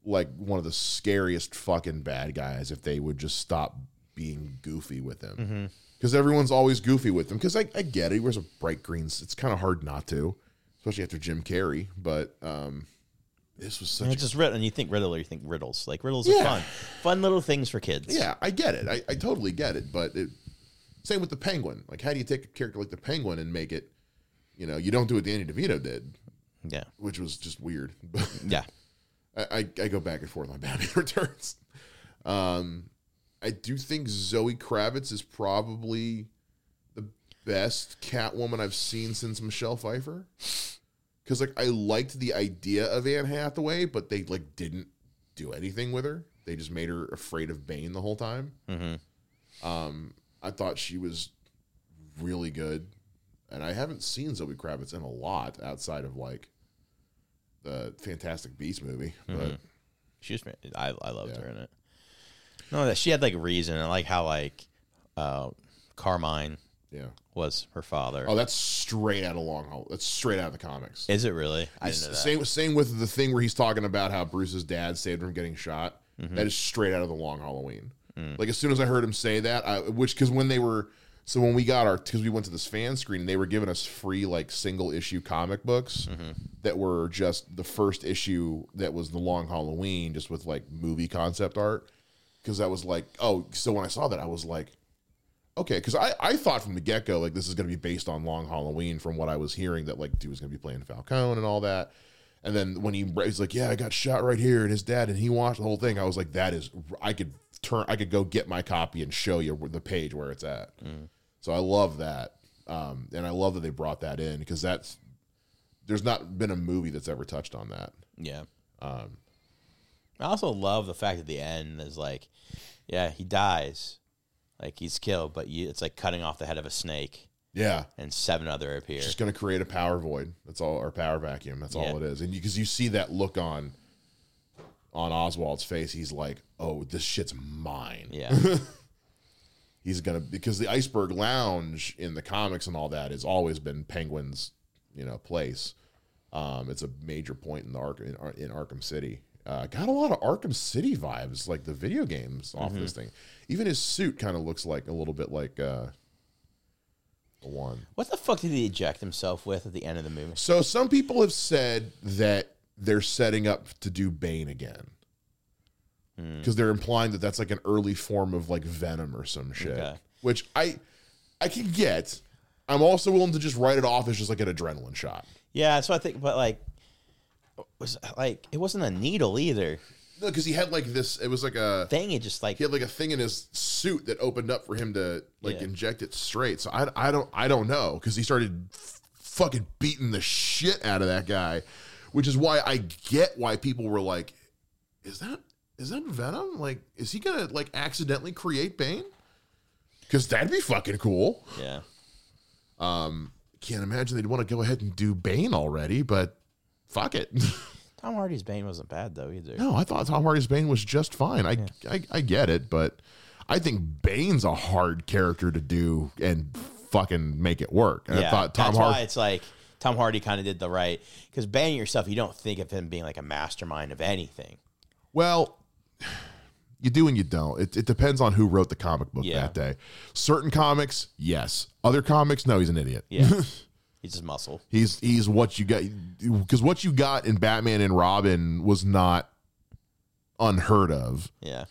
like one of the scariest fucking bad guys if they would just stop being goofy with him because everyone's always goofy with him because I, I get it he wears a bright green s- it's kind of hard not to especially after Jim Carrey but um this was
And
such
it's just riddle, and you think riddle, or you think riddles. Like riddles
Yeah.
are fun, fun little things for kids.
Yeah, I get it. I, I totally get it. But it, same with the Penguin. Like, how do you take a character like the Penguin and make it? You know, you don't do what Danny DeVito did,
yeah,
which was just weird. But
yeah.
I, I, I go back and forth on Batman Returns. Um, I do think Zoe Kravitz is probably the best Catwoman I've seen since Michelle Pfeiffer. Because like I liked the idea of Anne Hathaway, but they like didn't do anything with her. They just made her afraid of Bane the whole time.
Mhm.
Um, I thought she was really good, and I haven't seen Zoe Kravitz in a lot outside of like the Fantastic Beast movie, but.
She was. fa- I I loved
Yeah.
her in it. No, that she had like reason. I like how like uh, Carmine
Yeah.
was her father.
Oh, that's straight out of Long Hall. That's straight out of the comics.
Is it really? I didn't know that.
Same same with the thing where he's talking about how Bruce's dad saved him from getting shot.
Mm-hmm.
That is straight out of the Long Halloween.
Mm.
Like as soon as I heard him say that, I, which because when they were so when we got our because we went to this fan screen, they were giving us free like single issue comic books
Mm-hmm.
that were just the first issue that was the Long Halloween, just with like movie concept art. Because I was like, oh, so when I saw that, I was like, okay, because I, I thought from the get go like this is going to be based on Long Halloween from what I was hearing that like dude was going to be playing Falcone and all that. And then when he he's like, yeah, I got shot right here, and his dad, and he watched the whole thing. I was like, that is, I could turn, I could go get my copy and show you where- the page where it's at. So I love that, um, and I love that they brought that in because that's there's not been a movie that's ever touched on that.
Yeah. Um, I also love the fact at the end is like, yeah, he dies, like he's killed, but you, it's like cutting off the head of a snake,
Yeah,
and seven other appear.
It's just going to create a power void. That's all, or power vacuum. That's all
Yeah.
it is. And because you, see that look on on Oswald's face, he's like, "Oh, this shit's mine."
Yeah,
He's gonna because the Iceberg Lounge in the comics and all that has always been Penguin's, you know, place. Um, it's a major point in the Ark in, Ar- in Arkham City. Uh, got a lot of Arkham City vibes, like the video games off this
Mm-hmm.
thing. Even his suit kind of looks like a little bit like uh, the one.
What the fuck did he eject himself with at the end of the movie?
So some people have said that they're setting up to do Bane again. Because they're implying that that's like an early form of like Venom or some shit,
Okay.
which I I can get. I'm also willing to just write it off as just like an adrenaline shot.
Yeah, that's what I think. But like, was like it wasn't a needle either.
No, because he had like this. It was like a
Thing it just like
he had like a thing in his suit that opened up for him to like
Yeah.
inject it straight. So I, I don't I don't know because he started f- fucking beating the shit out of that guy, which is why I get why people were like, is that is that Venom? Like, is he gonna like accidentally create Bane? Because that'd be fucking cool.
yeah.
Can't imagine they'd want to go ahead and do Bane already, but fuck it.
Tom Hardy's Bane wasn't bad though either.
No, I thought Tom Hardy's Bane was just fine. I, I I get it, but I think Bane's a hard character to do and fucking make it work. And I
yeah,
thought Tom
that's why
Hardy.
it's like Tom Hardy kind of did the right because Bane yourself, you don't think of him being like a mastermind of anything.
Well, you do and you don't. It, it depends on who wrote the comic book
Yeah.
that day. Certain comics, yes. Other comics, no. He's an idiot.
Yeah, he's just muscle.
He's he's what you got because what you got in Batman and Robin was not unheard of.
Yeah,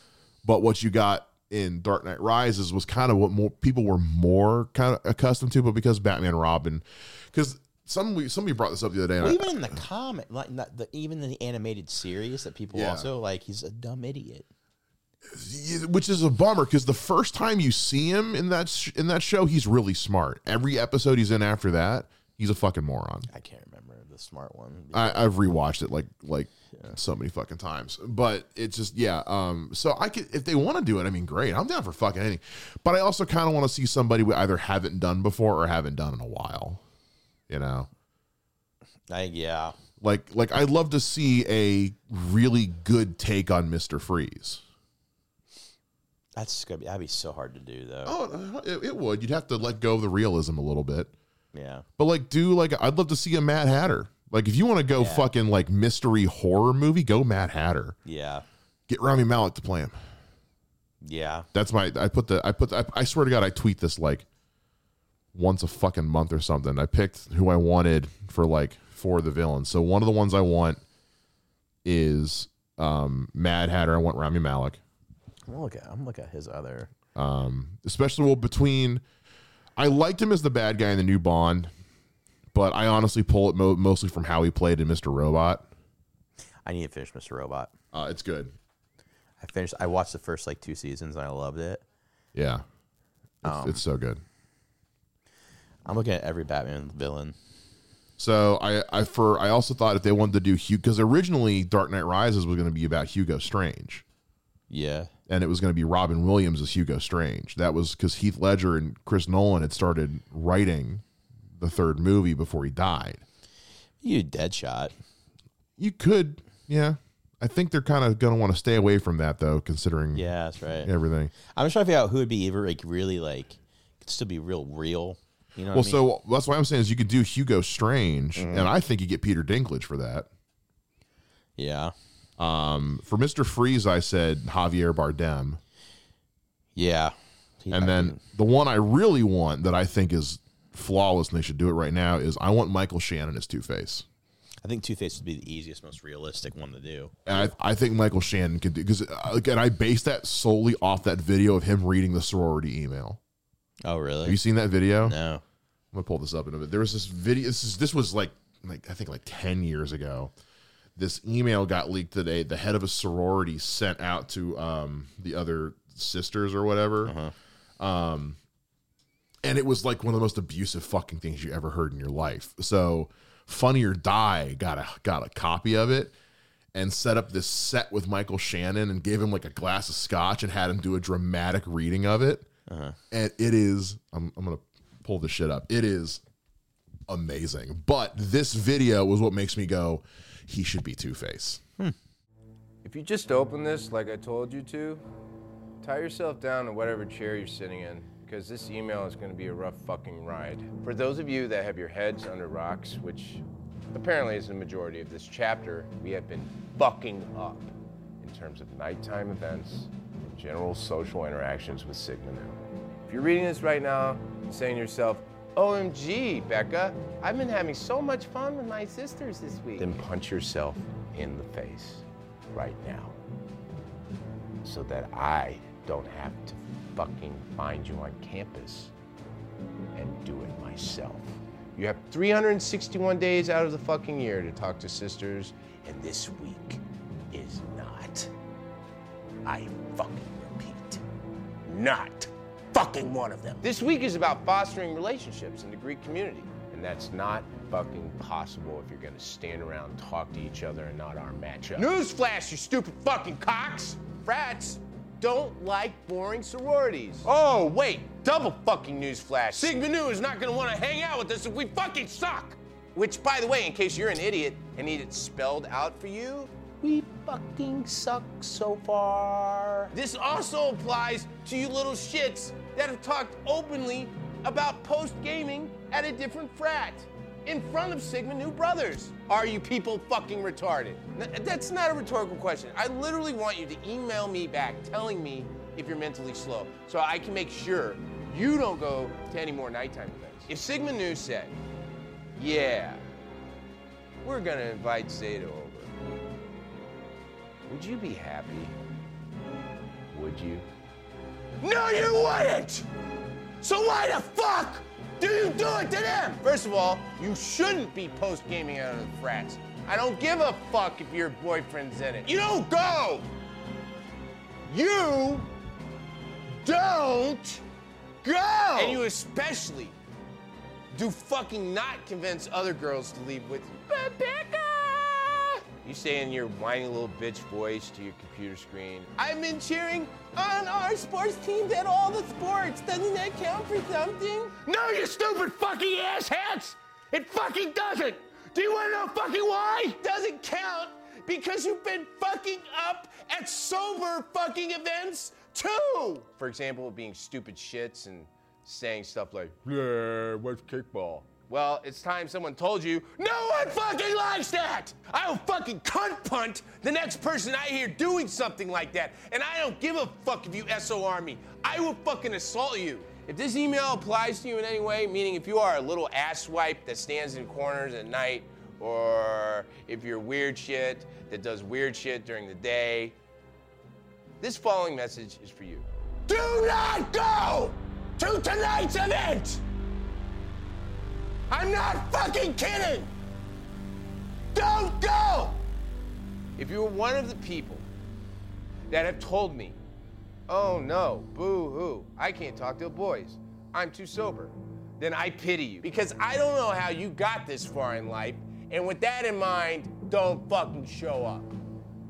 but what you got in Dark Knight Rises was kind of what more people were more kind of accustomed to, but because Batman and Robin, because some somebody brought this up the other day, and
well,
I-
even in the comic, like not the, even in the animated series, that people
Yeah.
also like, he's a dumb idiot.
which is a bummer because the first time you see him in that sh- in that show, he's really smart. Every episode he's in after that, he's a fucking moron.
I can't remember the smart one.
I, I've rewatched it like like so many fucking times, but it's just yeah. Um, so I could if they want to do it, I mean, great. I'm down for fucking anything, but I also kind of want to see somebody we either haven't done before or haven't done in a while. You know,
I, yeah,
like like I'd love to see a really good take on Mister Freeze.
that's gonna be that'd be so hard to do though.
Oh, it, it would. You'd have to let go of the realism a little bit.
Yeah,
But like, do like I'd love to see a Mad Hatter. Like, if you want to go
Yeah.
fucking like mystery horror movie, go Mad Hatter.
yeah,
Get Rami Malek to play him.
yeah.
That's my. I put the. I put. I, I swear to God, I tweet this like once a fucking month or something. I picked who I wanted for like for the villain. So one of the ones I want is um Mad Hatter. I want Rami Malik.
I'm gonna look at I'm gonna look at his other.
Um, especially well between. I liked him as the bad guy in the new Bond, but I honestly pull it mo- mostly from how he played in Mr. Robot.
I need to finish Mr. Robot.
Uh, it's good.
I finished. I watched the first like two seasons and I loved it.
Yeah, it's, it's so good.
I'm looking at every Batman villain.
So I, I for I also thought if they wanted to do Hugo because originally Dark Knight Rises was going to be about Hugo Strange
Yeah,
and it was going to be Robin Williams as Hugo Strange. That was because Heath Ledger and Chris Nolan had started writing the third movie before he died.
you Deadshot.
You could, yeah. I think they're kind of going to want to stay away from that though, considering
Yeah, that's right.
everything.
I'm just trying to figure out who would be ever like really like could still be real real. You know,
Well,
what I mean? Mm-hmm.
so that's why I'm saying is you could do Hugo Strange, and I think you get Peter Dinklage for that.
yeah,
Um, for Mister Freeze, I said Javier Bardem.
yeah, He-
And then the one I really want that I think is flawless and they should do it right now is I want Michael Shannon as Two Face.
I think Two Face would be the easiest, most realistic one to do.
And I, I think Michael Shannon could do because again I base that solely off that video of him reading the sorority email.
Oh,
Have you
really?
seen that video?
No.
I'm gonna pull this up in a bit. There was this video. This, is, this was like like I think like ten years ago. This email got leaked today. The head of a sorority sent out to um, the other sisters or whatever. Um, and it was like one of the most abusive fucking things you ever heard in your life. So, Funny or Die got a got a copy of it and set up this set with Michael Shannon and gave him like a glass of scotch and had him do a dramatic reading of it.
Uh-huh.
And it is, I'm, I'm going to pull this shit up. It is amazing. But this video was what makes me go, he should be Two Face.
If you just open this like I told you to, tie yourself down to whatever chair you're sitting in, because this email is going to be a rough fucking ride. For those of you that have your heads under rocks, which apparently is the majority of this chapter, we have been fucking up in terms of nighttime events and general social interactions with Sigma Nu. If you're reading this right now and saying to yourself, OMG, Becca, I've been having so much fun with my sisters this week, then punch yourself in the face right now so that I don't have to fucking find you on campus and do it myself. You have 361 days out of the fucking year to talk to sisters, and this week is not. I fucking repeat, not fucking one of them. This week is about fostering relationships in the Greek community. And that's not fucking possible if you're gonna stand around, talk to each other, and not arm match up. Newsflash, you stupid fucking cocks! Frats don't like boring sororities. Oh, wait, double fucking newsflash. Sigma Nu is not gonna wanna hang out with us if we fucking suck! Which, by the way, in case you're an idiot and need it spelled out for you, we fucking suck so far. This also applies to you little shits that have talked openly about post gaming at a different frat in front of Sigma Nu Brothers. Are you people fucking retarded? N- that's not a rhetorical question. I literally want you to email me back telling me if you're mentally slow so I can make sure you don't go to any more nighttime events. If Sigma Nu said, yeah, we're gonna invite Zeta over. Would you be happy? Would you? No, you wouldn't! So why the fuck do you do it to them? First of all, you shouldn't be post gaming out of the frats. I don't give a fuck if your boyfriend's in it. You don't go! You don't go! And you especially do fucking not convince other girls to leave with you. Rebecca! You say in your whiny little bitch voice to your computer screen, I've been cheering on our sports teams at all the sports. Doesn't that count for something? No, you stupid fucking asshats! It fucking doesn't! Do you wanna know fucking why? Doesn't count because you've been fucking up at sober fucking events too! For example, being stupid shits and saying stuff like, yeah, what's kickball? Well, it's time someone told you, no one fucking likes that! I will fucking cunt punt the next person I hear doing something like that, and I don't give a fuck if you SOR me. I will fucking assault you. If this email applies to you in any way, meaning if you are a little asswipe that stands in corners at night, or if you're weird shit that does weird shit during the day, this following message is for you. Do not go to tonight's event! I'm not fucking kidding! Don't go! If you're one of the people that have told me, oh no, boo hoo, I can't talk to boys, I'm too sober, then I pity you. Because I don't know how you got this far in life, and with that in mind, don't fucking show up.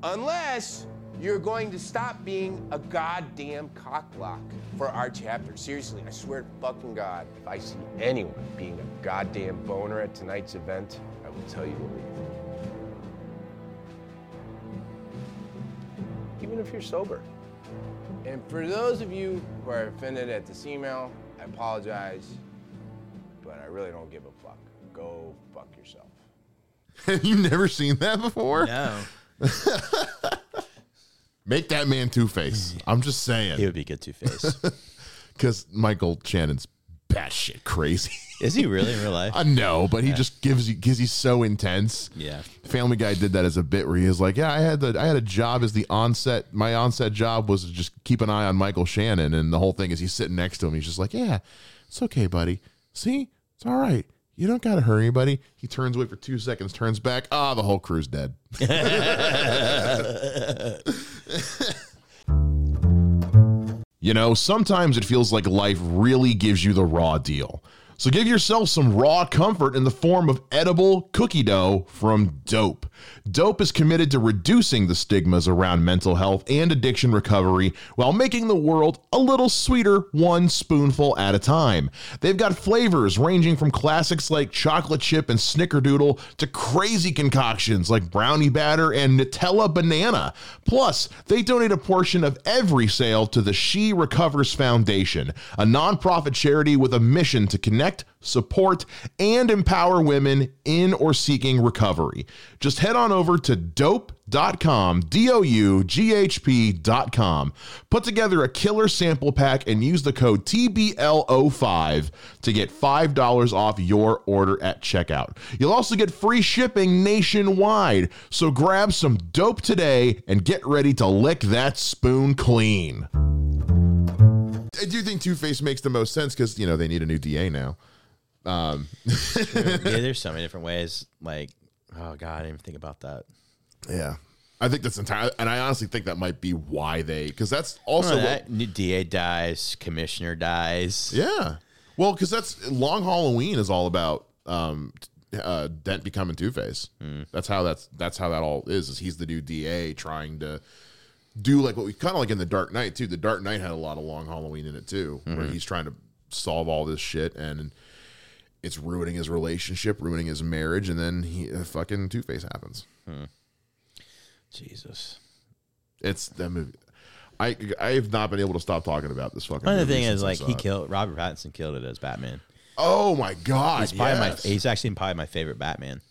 Unless you're going to stop being a goddamn cockblock for our chapter. Seriously, I swear to fucking God, if I see anyone being a goddamn boner at tonight's event, I will tell you to leave. Even if you're sober. And for those of you who are offended at this email, I apologize, but I really don't give a fuck. Go fuck yourself.
Have you never seen that before?
No.
Make that man Two Face. I'm just
He
saying.
would be good two face.
Because Michael Shannon's batshit crazy.
Is he really in real life?
I know, but he just gives you because he's so intense.
Yeah.
Family Guy did that as a bit where he is like, "Yeah, I had the I had a job as the onset. My onset job was to just keep an eye on Michael Shannon." And the whole thing is he's sitting next to him. He's just like, "Yeah, it's okay, buddy. See, it's all right. You don't gotta hurt anybody." He turns away for two seconds, turns back. Ah, the whole crew's dead. You know, sometimes it feels like life really gives you the raw deal. So give yourself some raw comfort in the form of edible cookie dough from Dope. Dope is committed to reducing the stigmas around mental health and addiction recovery while making the world a little sweeter one spoonful at a time. They've got flavors ranging from classics like chocolate chip and snickerdoodle to crazy concoctions like brownie batter and Nutella banana. Plus, they donate a portion of every sale to the She Recovers Foundation, a nonprofit charity with a mission to connect connect, support, and empower women in or seeking recovery. Just head on over to dope.com, D O U G H P.com. Put together a killer sample pack and use the code TBL05 to get $5 off your order at checkout. You'll also get free shipping nationwide. So grab some dope today and get ready to lick that spoon clean. I do think Two Face makes the most sense because you know they need a new DA now.
yeah, there's so many different ways. Like, oh god, I didn't even think about that.
Yeah, I think that's entire, and I honestly think that might be why they because that's also
So
what-
that new DA dies, commissioner dies.
yeah. Well, because that's long Halloween is all about um, t- uh, Dent becoming Two Face. That's how that's that's how that all is. Is he's the new DA trying to do like what we kind of like in the Dark Knight too. The Dark Knight had a lot of long Halloween in it too, where he's trying to solve all this shit and. It's ruining his relationship, ruining his marriage, and then he uh, fucking Two Face happens.
Jesus.
It's that movie. I I have not been able to stop talking about this fucking.
Another
movie
thing
since
is
I
like
saw
he
it.
killed Robert Pattinson killed it as Batman.
Oh my god!
He's probably
yes.
my he's actually probably my favorite Batman.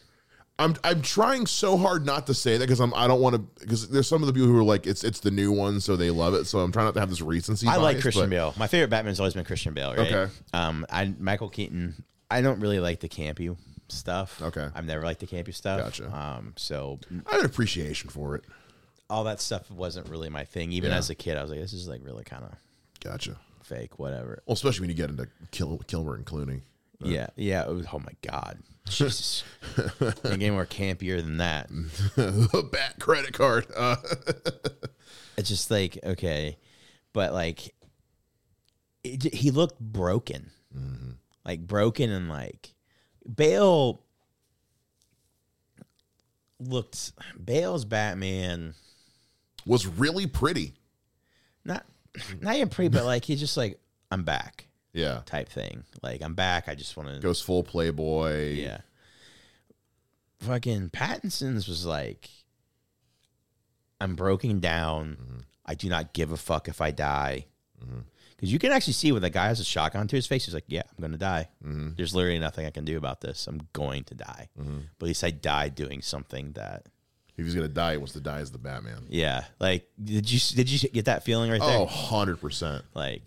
I'm I'm trying so hard not to say that because I'm I don't want to because there's some of the people who are like it's it's the new one so they love it so I'm trying not to have this recency.
I like
bias,
Christian
but-
Bale. My favorite Batman's always been Christian Bale, right?
Okay.
Um, I Michael Keaton. I don't really like the campy stuff.
Okay.
I've never liked the campy stuff.
Gotcha.
Um, so
I have an appreciation for it.
all that stuff wasn't really my thing. Even
Yeah.
as a kid, I was like, this is like really kind of
Gotcha.
fake, whatever.
Well, especially when you get into Kil- Kilmer and Clooney.
Yeah, yeah. It was, oh my god, Jesus! Ain't getting more campier than that.
Bat credit card. Uh,
It's just like okay, but like it, j- he looked broken, like broken and like Bale looked Bale's Batman
was really pretty.
not not even pretty, but like he's just like I'm back
Yeah.
type thing. Like I'm back. I just want to
Goes full Playboy.
Yeah. Fucking Pattinson's was like, I'm broken down.
Mm-hmm.
I do not give a fuck if I die. Because you can actually see when the guy has a shotgun to his face, he's like, Yeah, I'm going to die.
Mm-hmm.
There's literally nothing I can do about this. I'm going to die. But at least I died doing something that,
If he's gonna die, he wants to die as the Batman.
yeah. Like, did you did you get that feeling right
Oh,
there?
100 percent.
Like,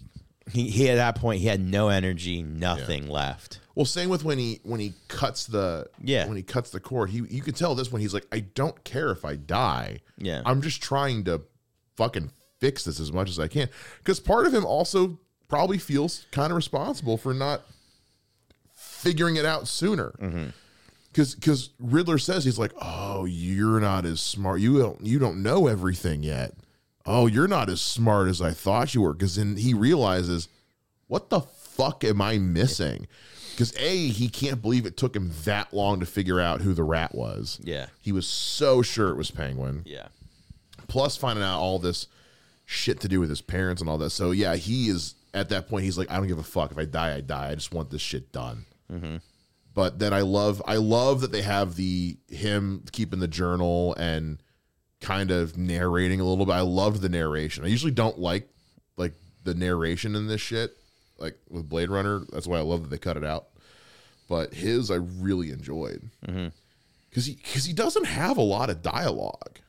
he, he at that point, he had no energy, nothing left.
Well, same with when he when he cuts the
Yeah.
when he cuts the cord. He you could tell this one. He's like, I don't care if I die.
Yeah.
I'm just trying to fucking fix this as much as I can. Because part of him also probably feels kind of responsible for not figuring it out sooner.
Mm-hmm.
Because because Riddler says he's like, oh, you're not as smart. You don't you don't know everything yet. Oh, you're not as smart as I thought you were. Because then he realizes, what the fuck am I missing? Because a he can't believe it took him that long to figure out who the rat was.
Yeah.
He was so sure it was Penguin
Yeah.
plus finding out all this shit to do with his parents and all that. So yeah, he is at that point. He's like, I don't give a fuck if I die, I die. I just want this shit done. But then I love, I love that they have the him keeping the journal and kind of narrating a little bit. I loved the narration. I usually don't like like the narration in this shit, like with Blade Runner. That's why I love that they cut it out. But his, I really enjoyed because he because he doesn't have a lot of dialogue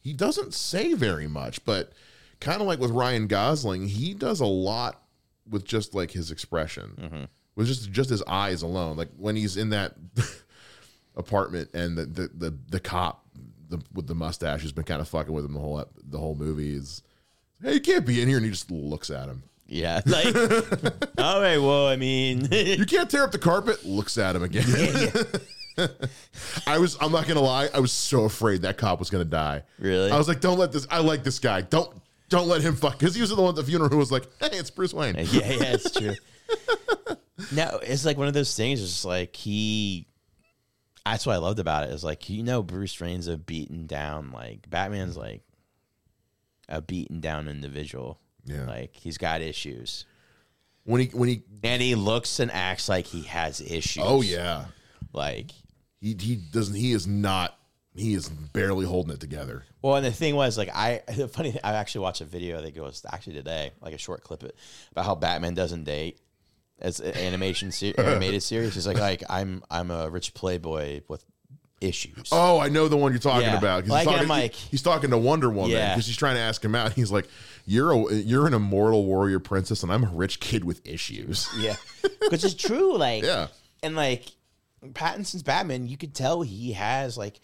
he doesn't say very much, but kind of like with Ryan Gosling, he does a lot with just like his expression, with just just his eyes alone. Like when he's in that apartment and the the the, the cop the, with the mustache has been kind of fucking with him the whole ep- the whole movie is. Hey, you can't be in here, and he just looks at him.
Yeah. Like, all right. Well, I mean,
You can't tear up the carpet. Looks at him again. I was. I'm not gonna lie. I was so afraid that cop was gonna die.
Really?
I was like, don't let this. I like this guy. Don't don't let him fuck. Because he was the one at the funeral who was like, hey, it's Bruce Wayne.
yeah, yeah, it's true. no, it's like one of those things. It's just like he. That's what I loved about it. Is like you know Bruce Wayne's a beaten down like
Mm-hmm.
Batman's like a beaten down individual.
Yeah.
like he's got issues,
When he when he.
and he looks and acts like he has issues.
Oh yeah.
like
He he doesn't. He is not. He is barely holding it together.
Well, and the thing was, like, I the funny thing, I actually watched a video. I think it was actually today, like a short clip it, about how Batman doesn't date, as an animation se- animated series. He's like, like I'm I'm a rich playboy with issues.
Oh, I know the one you're talking
Yeah.
about. 'cause
Like,
he's talking,
I'm like-
he- he's talking to Wonder Woman because
Yeah.
she's trying to ask him out. He's like, "You're a, you're an immortal warrior princess, and I'm a rich kid with issues."
Yeah, which is true. Like,
Yeah.
and like Pattinson's Batman, you could tell he has like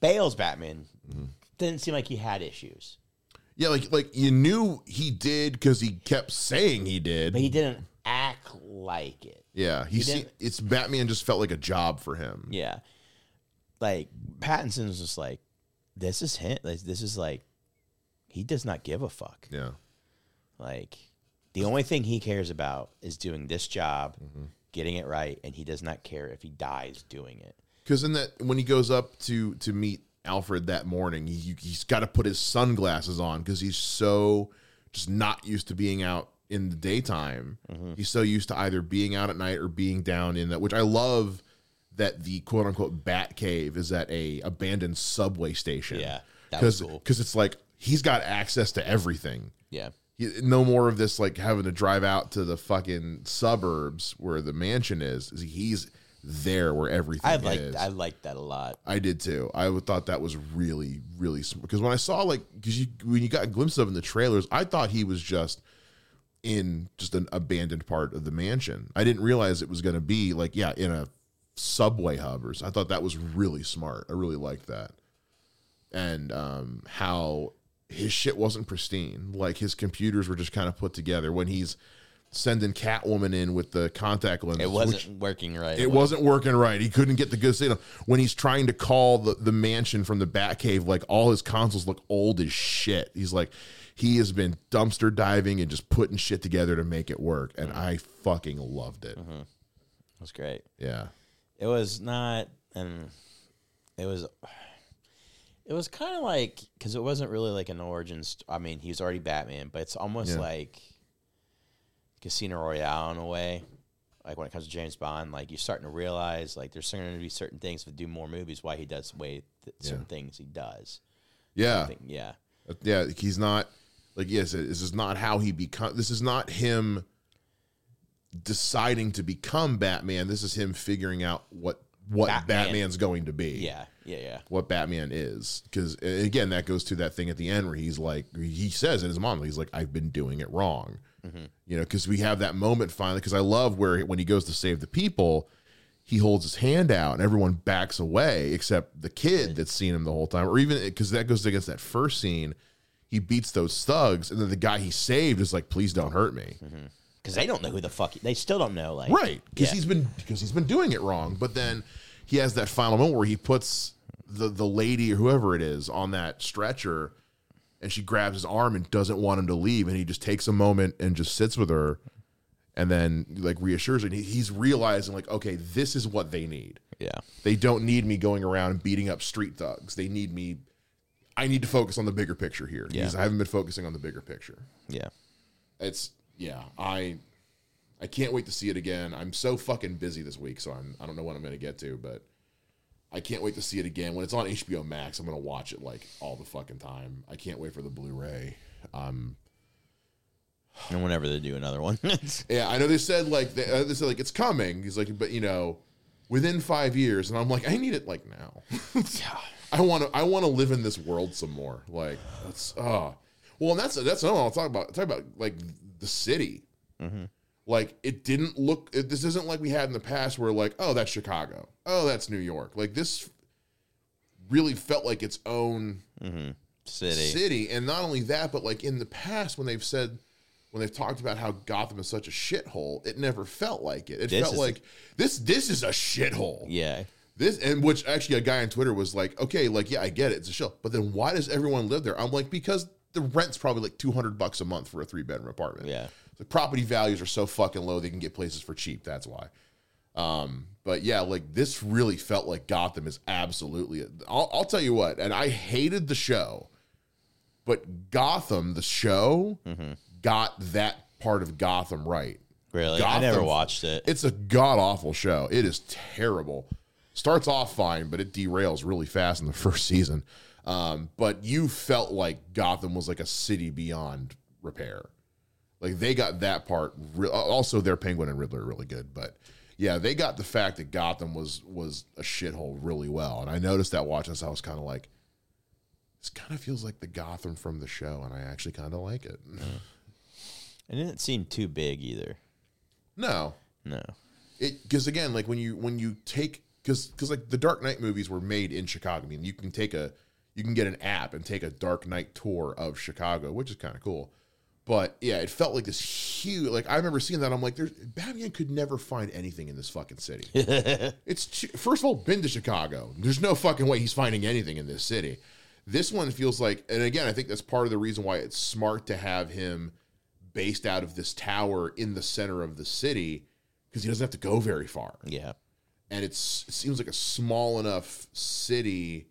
Bale's Batman
Mm-hmm.
didn't seem like he had issues,
yeah, like like you knew he did because he kept saying he did.
but he didn't act like it.
yeah, he, se-
didn't-
it's Batman just felt like a job for him.
Yeah, like Pattinson's just like, this is him. Like, This is like, he does not give a fuck.
Yeah,
Like, the only thing he cares about is doing this job, getting it right, and he does not care if he dies doing it.
because in that when he goes up to to meet Alfred that morning, he, he's got to put his sunglasses on because he's so just not used to being out in the daytime.
Mm-hmm.
He's so used to either being out at night or being down in that. Which I love that the quote unquote Bat Cave is at a abandoned subway station.
Yeah, that was
because
cool.
because it's like he's got access to everything.
Yeah.
He- no more of this like having to drive out to the fucking suburbs where the mansion is. He's there where everything
I
is.
like I like that a lot.
I did too. I would- thought that was really, really smart. Because when I saw like, because you when you got a glimpse of him in the trailers, I thought he was just in just an abandoned part of the mansion. I didn't realize it was going to be like, yeah, in a subway hub or. s- I thought that was really smart. I really liked that, and um, how his shit wasn't pristine. Like his computers were just kind of put together when he's sending Catwoman in with the contact lenses.
It
which-
wasn't working right.
it wasn't working right. He couldn't get the good signal. When he's trying to call the, the mansion from the Batcave, like all his consoles look old as shit. He's like, he has been dumpster diving and just putting shit together to make it work. And I fucking loved it.
Mm-hmm. It was great.
Yeah.
It was not, and it was, it was kind of like because it wasn't really like an origin. St- I mean, he was already Batman, but it's almost
Yeah.
like Casino Royale in a way. Like when it comes to James Bond, like you're starting to realize like there's going to be certain things if you do more movies, why he does the way th- certain things he does.
Yeah.
I think, yeah,
Yeah. He's not, like, yes, this is not how he become. This is not him deciding to become Batman. This is him figuring out what, what
Batman.
Batman's going to be.
yeah, yeah, yeah.
what Batman is. Because again, that goes to that thing at the end where he's like, he says in his mom, he's like, I've been doing it wrong. You know, because we have that moment finally. Because I love where when he goes to save the people, he holds his hand out and everyone backs away except the kid that's seen him the whole time, or even because that goes against that first scene. He beats those thugs, and then the guy he saved is like, "Please don't hurt me."
Because they don't know who the fuck he- they still don't know. Like
right because
Yeah.
he's been because he's been doing it wrong but then he has that final moment where he puts the the lady or whoever it is on that stretcher and she grabs his arm and doesn't want him to leave and he just takes a moment and just sits with her and then like reassures her and he, he's realizing like okay this is what they need
yeah,
they don't need me going around and beating up street thugs they need me i need to focus on the bigger picture here
Yeah.
because i haven't been focusing on the bigger picture
yeah.
it's yeah i i can't wait to see it again i'm so fucking busy this week so i'm i don't know when i'm gonna get to but i can't wait to see it again when it's on hbo max i'm gonna watch it like all the fucking time i can't wait for the blu-ray um
And whenever they do another one,
yeah i know they said like they, uh, they said like it's coming he's like but you know within five years and i'm like i need it like now i want to i want to live in this world some more like that's oh well and that's that's another one i'll talk about talk about like the city like it didn't look it, this isn't like we had in the past where like oh that's chicago oh that's new york like this really felt like its own
city.
city and not only that but like in the past when they've said when they've talked about how gotham is such a shithole it never felt like it it
This
felt
is-
like this this is a shithole
Yeah,
this and which actually a guy on Twitter was like, okay, like yeah, I get it, it's a shell, but then why does everyone live there? I'm like, because the rent's probably like 200 bucks a month for a three bedroom apartment.
Yeah.
the property values are so fucking low they can get places for cheap. That's why. Um, but yeah, like this really felt like Gotham is absolutely. I'll, I'll tell you what, and I hated the show, but Gotham, the show, got that part of Gotham right.
really. I
Gotham-
never watched it.
It's a god awful show. It is terrible. Starts off fine, but it derails really fast in the first season. Um, but you felt like Gotham was like a city beyond repair. Like they got that part. Re- also, their Penguin and Riddler are really good, but yeah, they got the fact that Gotham was was a shithole really well. And I noticed that watching this, I was kind of like, this kind of feels like the Gotham from the show, and I actually kind of like it.
It didn't seem too big either.
no,
No.
it because again like when you when you take because because like the dark knight movies were made in chicago i mean you can take a you can get an app and take a dark knight tour of chicago which is kind of cool but yeah it felt like this huge like i remember seeing that i'm like there's batman could never find anything in this fucking city it's chi- first of all been to chicago there's no fucking way he's finding anything in this city this one feels like and again i think that's part of the reason why it's smart to have him based out of this tower in the center of the city because he doesn't have to go very far
Yeah.
and it's it seems like a small enough city.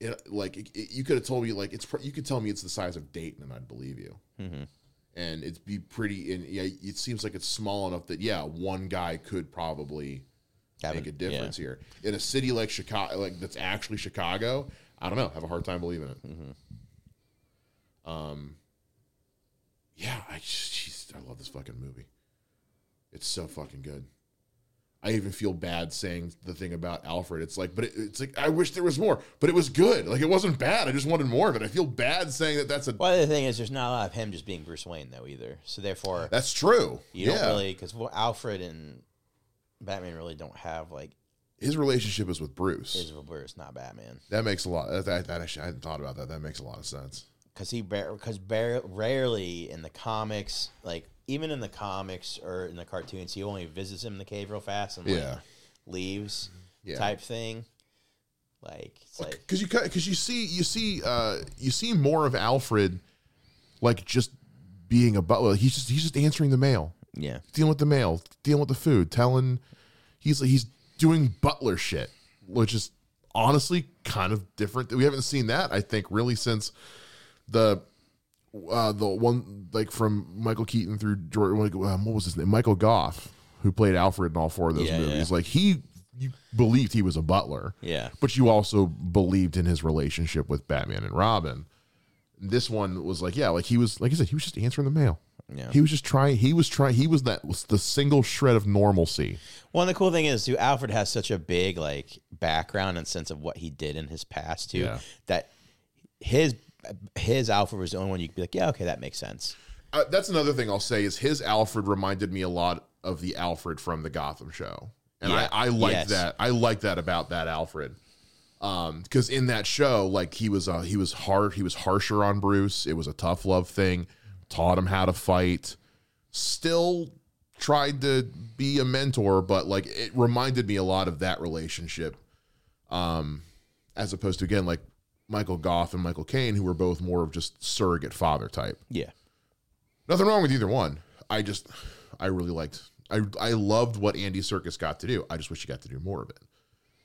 It, like it, it- you could have told me like it's pr- you could tell me it's the size of Dayton and I'd believe you. And it'd be pretty. And yeah, it seems like it's small enough that yeah, one guy could probably
Have
make a
it-
difference here in a city like Chicago, like that's actually Chicago. I don't know. Have a hard time believing it. Um.
Mm-hmm.
Yeah, I just jeez, I love this fucking movie. It's so fucking good. I even feel bad saying the thing about Alfred. It's like, but it, it's like I wish there was more, but it was good. Like it wasn't bad. I just wanted more of it. I feel bad saying that. That's a
Well, the other thing is, there's not a lot of him just being Bruce Wayne though either. So therefore,
that's true.
you
yeah,
don't really because Alfred and Batman really don't have like
his relationship is with Bruce.
Israel Bruce, not Batman,
that makes a lot. That, that, that actually, I hadn't thought about that. That makes a lot of sense.
because he because rarely in the comics, like even in the comics or in the cartoons, he only visits him in the cave real fast and like,
Yeah.
leaves
Yeah.
type thing. Like it's like
because you because you see you see uh you see more of Alfred like just being a butler. He's just he's just answering the mail,
yeah,
dealing with the mail, dealing with the food, telling he's he's doing butler shit, which is honestly kind of different. We haven't seen that I think really since the. Uh, the one like from Michael Keaton through Jordan, like, um, what was his name? Michael Goff, who played Alfred in all four of those
Yeah, yeah.
movies. Like he, you believed he was a butler
yeah,
but you also believed in his relationship with Batman and Robin. This one was like, yeah, like he was, like I said, he was just answering the mail.
yeah.
He was just trying. He was trying. He was that was the single shred of normalcy.
Well, and the cool thing is, too, Alfred has such a big like background and sense of what he did in his past too
Yeah.
that his his Alfred was the only one you could be like, yeah, okay, that makes sense.
Uh, that's another thing I'll say is his Alfred reminded me a lot of the Alfred from the Gotham show, and
Yeah.
I, I like
Yes.
that. I like that about that Alfred. Um, because in that show, like he was, uh, he was hard. He was harsher on Bruce. It was a tough love thing. Taught him how to fight. Still tried to be a mentor, but like it reminded me a lot of that relationship. Um, as opposed to again like Michael Goff and Michael Caine, who were both more of just surrogate father type.
Yeah,
Nothing wrong with either one. I just, I really liked, I, I loved what Andy Circus got to do. I just wish he got to do more of it.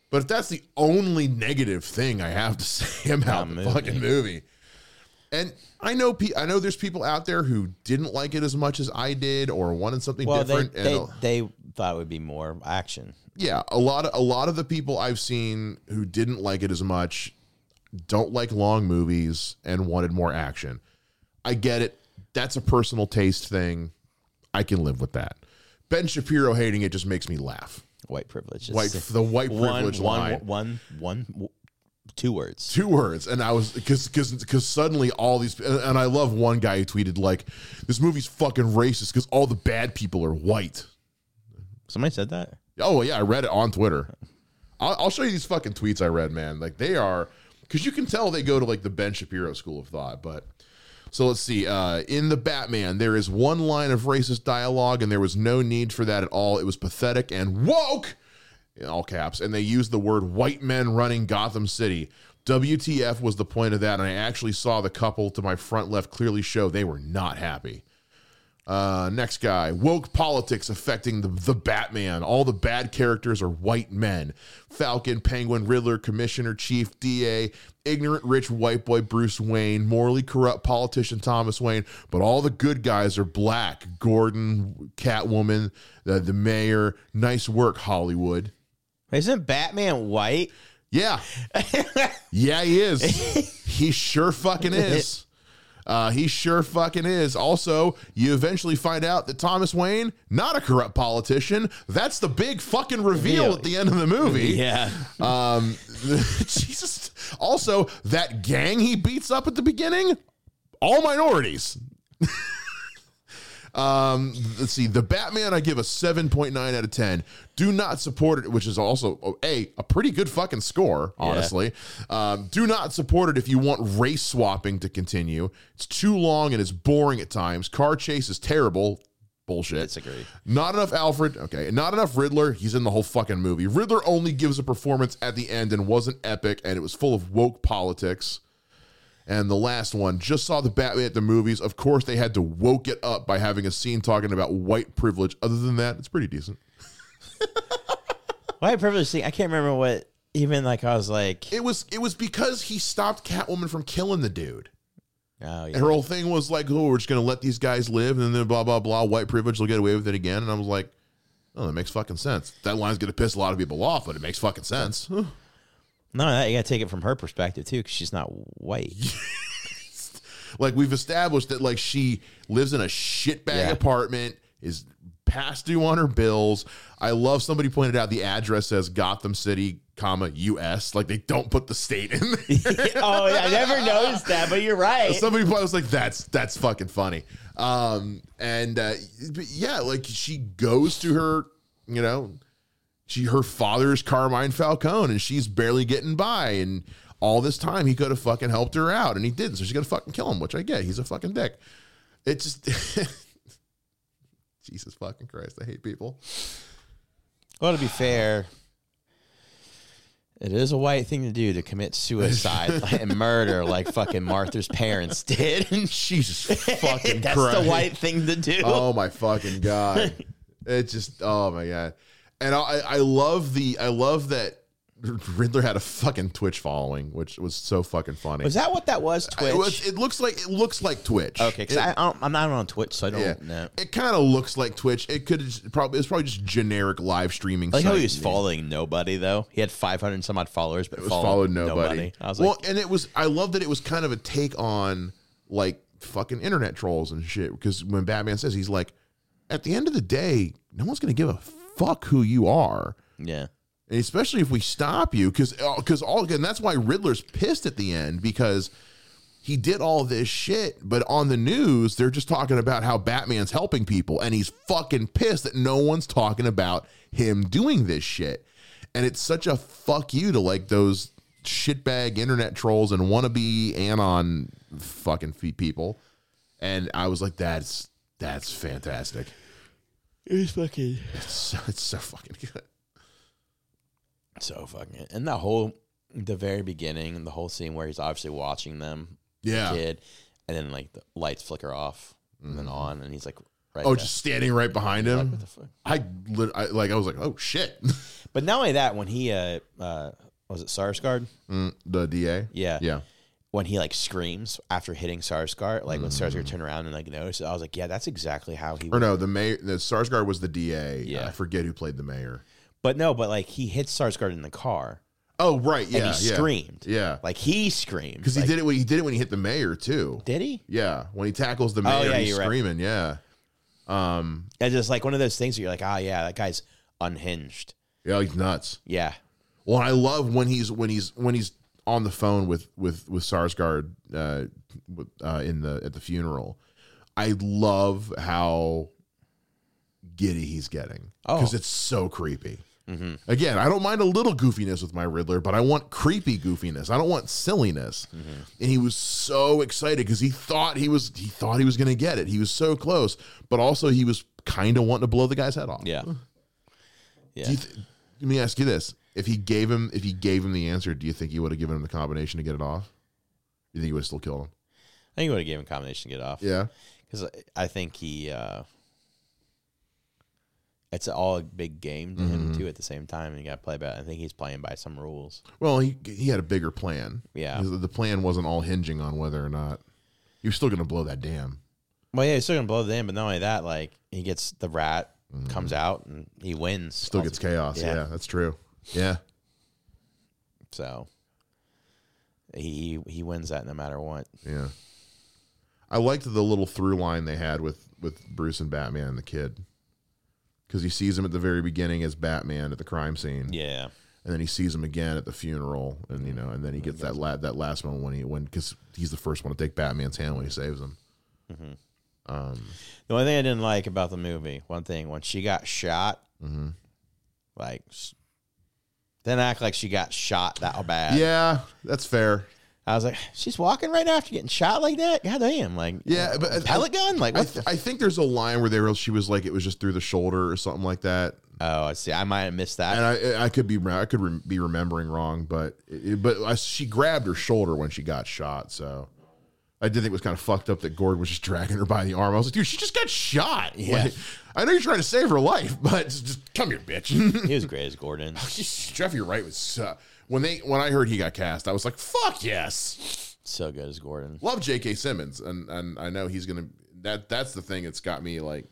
But if that's the only negative thing I have to say about the
movie.
fucking movie, and I know, pe- I know there's people out there who didn't like it as much as I did, or wanted something
well, they,
different.
they
and
they thought it would be more action.
yeah, a lot of a lot of the people I've seen who didn't like it as much don't like long movies and wanted more action. I get it. That's a personal taste thing. I can live with that. Ben Shapiro hating it just makes me laugh.
White privilege. It's
White the white
one,
privilege
one,
line.
one, one, w- two words.
Two words, and I was because because because suddenly all these and and I love one guy who tweeted like this movie's fucking racist because all the bad people are white.
Somebody said that.
Oh yeah, I read it on Twitter. I'll, I'll show you these fucking tweets I read, man. Like they are, because you can tell they go to like the Ben Shapiro school of thought. But so let's see. Uh, in the Batman, there is one line of racist dialogue, and there was no need for that at all. It was pathetic and woke in all caps, and they used the word white men running Gotham City. WTF was the point of that, and I actually saw the couple to my front left clearly show they were not happy. Uh, next guy, woke politics affecting the, the Batman. All the bad characters are white men. Falcon, Penguin, Riddler, Commissioner, Chief, DA, ignorant rich white boy Bruce Wayne, morally corrupt politician Thomas Wayne. But all the good guys are black. Gordon, Catwoman, the, the mayor. Nice work, Hollywood.
Isn't Batman white?
Yeah. yeah, he is. he sure fucking is. Uh, he sure fucking is. Also, you eventually find out that Thomas Wayne, not a corrupt politician. That's the big fucking reveal
Reveal.
at the end of the movie.
Yeah.
Um, Jesus. Also, that gang he beats up at the beginning, all minorities. um, let's see. The Batman, I give a 7.9 out of 10. Do not support it, which is also oh, a a pretty good fucking score, honestly. Um, do not support it if you want race swapping to continue. It's too long and it's boring at times. Car chase is terrible. Bullshit.
Disagree.
Not enough Alfred. Okay. Not enough Riddler. He's in the whole fucking movie. Riddler only gives a performance at the end and wasn't epic, and it was full of woke politics. And the last one just saw the Batman at the movies. Of course, they had to woke it up by having a scene talking about white privilege. Other than that, it's pretty decent.
White privilege thing. I can't remember what even like I was like.
It was it was because he stopped Catwoman from killing the dude.
Oh
And
yeah.
her whole thing was like, "Oh, we're just gonna let these guys live," and then blah blah blah, white privilege, they'll get away with it again. And I was like, "Oh, that makes fucking sense." That line's gonna piss a lot of people off, but it makes fucking sense.
No, that you gotta take it from her perspective too, because she's not white.
like we've established that like she lives in a shitbag
Yeah.
apartment is past due on her bills i love somebody pointed out the address says gotham city comma us like they don't put the state in there
oh, yeah, I never noticed that, but you're right.
somebody I was like, "That's that's fucking funny." Um, and uh, but yeah, like she goes to her, you know, she her father's Carmine Falcone, and she's barely getting by, and all this time he could have fucking helped her out, and he didn't, so she's gonna fucking kill him, which I get. He's a fucking dick. It just. Jesus fucking Christ, I hate people.
Well, to be fair, it is a white thing to do to commit suicide and murder like fucking Martha's parents did.
Jesus fucking
That's
Christ.
the white thing to do.
oh my fucking god it just oh my god and i i love the i love that riddler had a fucking twitch following which was so fucking funny
Was that what that was, Twitch?
it, was, it looks like it looks like twitch
okay, because
It-
I, I don't, I'm not on Twitch, so I don't
yeah,
know.
it kind of looks like Twitch. It could probably it's probably just generic live streaming.
I like how
site
he was
name.
following nobody though. He had 500 and some odd followers, but
It was
followed,
followed nobody.
I was
well,
like,
and it was I love that it was kind of a take on like fucking internet trolls and shit because when Batman says he's like, at the end of the day, no one's gonna give a fuck who you are,
yeah,
and especially if we stop you because because all again that's why Riddler's pissed at the end because. He did all this shit, but on the news, they're just talking about how Batman's helping people, and he's fucking pissed that no one's talking about him doing this shit. And it's such a fuck you to like those shitbag internet trolls and wannabe anon fucking feet people. And I was like, that's that's fantastic.
it was fucking
It's so, it's so fucking good.
so fucking. And the whole, the very beginning, the whole scene where he's obviously watching them
Yeah.
kid, and then like the lights flicker off and then on, and he's like, right
Mm-hmm. Oh,
there.
just standing right behind him.
Like, what the fuck?
I, lit- I like I was like, oh shit,
But not only that, when he uh, uh was it Sarsgaard?
Mm, the DA.
Yeah,
Yeah,
When he like screams after hitting Sarsgaard, like when Sarsgaard turned around and like noticed, it, I was like, yeah, that's exactly how he.
Mm. or no, the mayor. The Sarsgaard was the DA.
Yeah.
I forget who played the mayor.
But no, but like he hit Sarsgaard in the car,
Oh right,
and
yeah,
he
yeah,
screamed.
yeah.
Like he screamed
Because
Like,
he did it when he did it when he hit the mayor too.
Did he?
Yeah, when he tackles the
Oh,
mayor,
yeah,
he's
you're right.
screaming. Yeah. Um.
It's just like one of those things where you're like, ah, yeah, that guy's unhinged.
Yeah, he's nuts.
Yeah,
Well, I love when he's when he's when he's on the phone with with with Sarsgaard uh, with, uh, in the at the funeral. I love how giddy he's getting because
Oh. Mm-hmm.
it's so creepy. Again, I don't mind a little goofiness with my Riddler, but I want creepy goofiness. I don't want silliness.
Mm-hmm.
And he was so excited because he thought he was he thought he was going to get it. He was so close, but also he was kind of wanting to blow the guy's head off.
yeah, yeah.
Do you th- let me ask you this: If he gave him, if he gave him the answer, do you think he would have given him the combination to get it off? You think he would have still killed him?
I think he would have given him a combination to get off.
Yeah.
because I think he uh, it's all a big game to
Mm-hmm.
him too at the same time, and you got to play by. I think he's playing by some rules.
Well, he he had a bigger plan.
Yeah.
His- The plan wasn't all hinging on whether or not he was still going to blow that dam.
Well, yeah, he's still gonna blow the dam, but not only that, like he gets the rat comes out and he wins.
Mm-hmm. Still gets chaos. Yeah.
Yeah.
that's true. Yeah.
so he he wins that no matter what.
Yeah. I liked the little through line they had with with Bruce and Batman and the kid, because he sees him at the very beginning as Batman at the crime scene,
Yeah.
and then he sees him again at the funeral, and you know, and then he gets that la- that last moment when he when because he's the first one to take Batman's hand when he saves him.
The only thing I didn't like about the movie, one thing, when she got shot,
Mm-hmm.
like, s- then act like she got shot that bad.
Yeah, that's fair.
I was like, she's walking right after getting shot like that. God damn, like,
Yeah, but I-
pellet gun, like,
I,
what?
th- I think there's a line where they were, she was like it was just through the shoulder or something like that,
the- oh, I see. I might have missed that.
and I I could be I could rem be remembering wrong, but it, but I, she grabbed her shoulder when she got shot, so I did think it was kind of fucked up that Gord was just dragging her by the arm. I was like, dude, she just got shot.
Yeah.
Like, I know you're trying to save her life, but just, just come here, bitch.
he was great as Gordon.
Jeffrey Wright was uh, when they when I heard he got cast, I was like, fuck yes,
so good as Gordon.
love J.K. Simmons, and and I know he's gonna that that's the thing that's got me like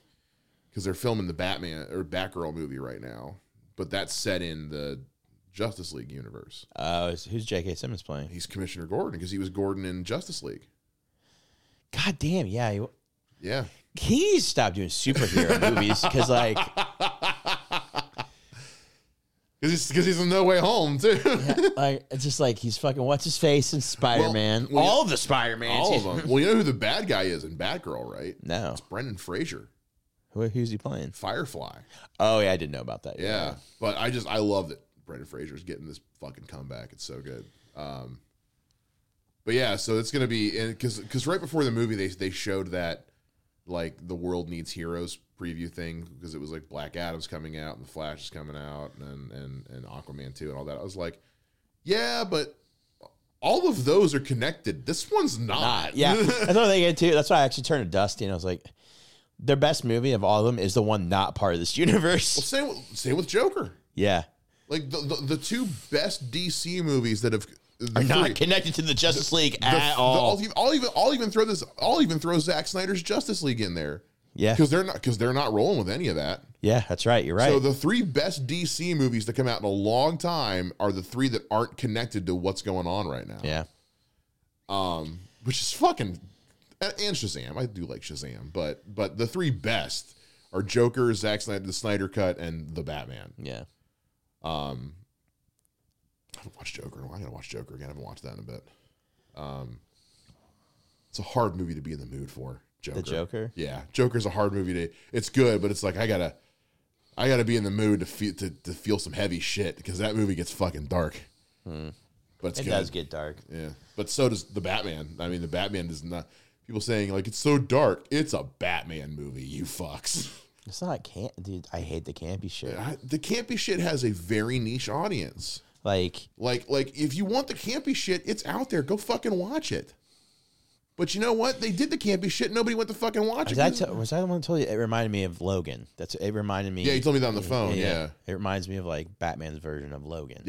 because they're filming the Batman or Batgirl movie right now, but that's set in the Justice League universe.
Uh, who's J.K. Simmons playing?
He's Commissioner Gordon because he was Gordon in Justice League.
God damn, yeah. He,
Yeah,
he needs to stop doing superhero movies because, like,
because he's, 'cause he's in No Way Home too.
like it's just like he's fucking what's his face in Spider Man.
well,
all the Spider Mans.
All of them. Well, you know who the bad guy is in Batgirl, right?
No,
Brendan Fraser,
Who, who's he playing?
Firefly.
Oh yeah, I didn't know about that.
Yeah, but I just I love that Brendan Fraser's getting this fucking comeback. It's so good. Um, but yeah, so it's gonna be because because right before the movie they they showed that like the world needs heroes preview thing because it was like Black Adam's coming out and the Flash is coming out and and and Aquaman two and all that. I was like, yeah, but all of those are connected. This one's not.
Not- Ah, yeah. That's what they get too. That's why I actually turned to Dusty and I was like, their best movie of all of them is the one not part of this universe.
same with- same with Joker.
Yeah,
Like the, the the two best DC movies that have the three-
are not connected to the Justice League
The-
at
the-
all.
I'll even, I'll even I'll even throw this. I'll even throw Zack Snyder's Justice League in there
yeah,
because they're not because they're not rolling with any of that.
yeah, that's right. You're right.
So the three best DC movies to come out in a long time are the three that aren't connected to what's going on right now.
yeah,
Um, which is fucking and, and Shazam. I do like Shazam, but but the three best are Joker, Zack Snyder, the Snyder Cut, and the Batman.
yeah.
Um, I haven't watched Joker. in a while. I gotta watch Joker again. I haven't watched that in a bit. Um, it's a hard movie to be in the mood for. Joker.
The Joker.
Yeah, Joker's a hard movie to. It's good, but it's like I gotta, I gotta be in the mood to feel to, to feel some heavy shit because that movie gets fucking dark. But it's
Hmm. It
good.
does get dark.
yeah, but so does the Batman. I mean, the Batman does not. People saying like it's so dark. It's a Batman movie. You fucks.
It's not can't, dude. I hate the campy shit.
I, the campy shit has a very niche audience.
Like,
Like like if you want the campy shit, it's out there. Go fucking watch it. But you know what? They did the campy shit. and Nobody went to fucking watch it.
was I, t- was I the one who told you? It reminded me of Logan. That's it. Reminded me.
yeah, you told me that on the phone. Yeah. yeah.
It reminds me of like Batman's version of Logan.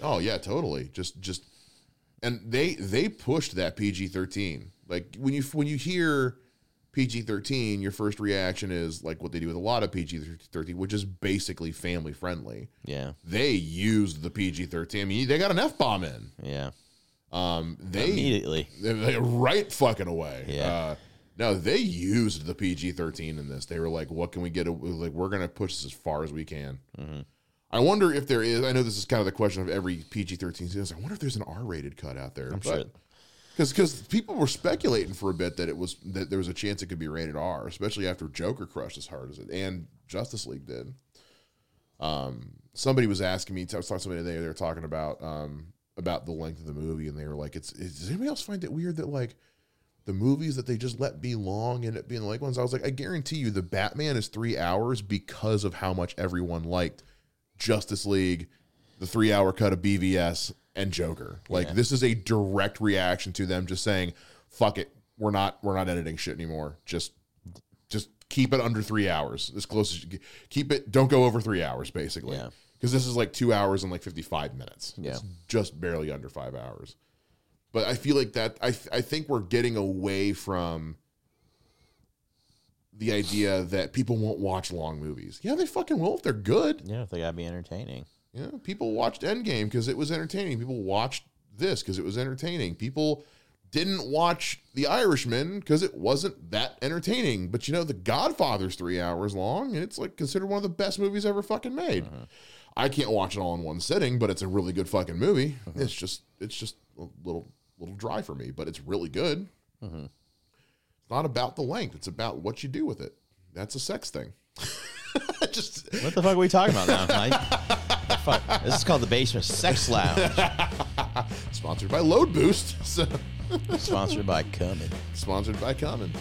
Oh yeah, totally. Just just and they they pushed that PG-13. Like when you when you hear PG-13, your first reaction is like what they do with a lot of PG-13, which is basically family friendly.
Yeah.
They used the PG-13. I mean, they got an F-bomb in.
Yeah.
Um they
Immediately.
They- they- right fucking away.
Yeah.
Uh, no, they used the PG thirteen in this. They were like, "What can we get? a- Like, we're gonna push this as far as we can." I wonder if there is. I know this is kind of the question of every PG thirteen series. I wonder if there's an R rated cut out there. I'm
sure.
Because because people were speculating for a bit that it was that there was a chance it could be rated R, especially after Joker crushed as hard as it and Justice League did. Um, somebody was asking me. I was talking to somebody today. They were talking about um about the length of the movie, and they were like, "It's is, does anybody else find it weird that like." The movies that they just let be long and it being like ones, I was like, I guarantee you, the Batman is three hours because of how much everyone liked Justice League, the three hour cut of BVS, and Joker. Like this is a direct reaction to them just saying, "Fuck it, we're not we're not editing shit anymore. Just just keep it under three hours, as close as you can. keep it. Don't go over three hours, basically,
Yeah.
because this is like two hours and like fifty five minutes.
Yeah.
It's just barely under five hours. But I feel like that. I I think we're getting away from the idea that people won't watch long movies. Yeah, they fucking will if they're good.
Yeah, if they gotta be entertaining.
Yeah, people watched Endgame because it was entertaining. People watched this because it was entertaining. People didn't watch The Irishman because it wasn't that entertaining. But you know, The Godfather's three hours long, and it's like considered one of the best movies ever fucking made. I can't watch it all in one sitting, but it's a really good fucking movie. It's just it's just a little little dry for me, but it's really good. It's not about the length; it's about what you do with it. That's a sex thing. just
What the fuck are we talking about now, Mike? The fuck? This is called the Basement Sex Lounge,
sponsored by Load Boost, so,
sponsored by Cummins.
sponsored by Common.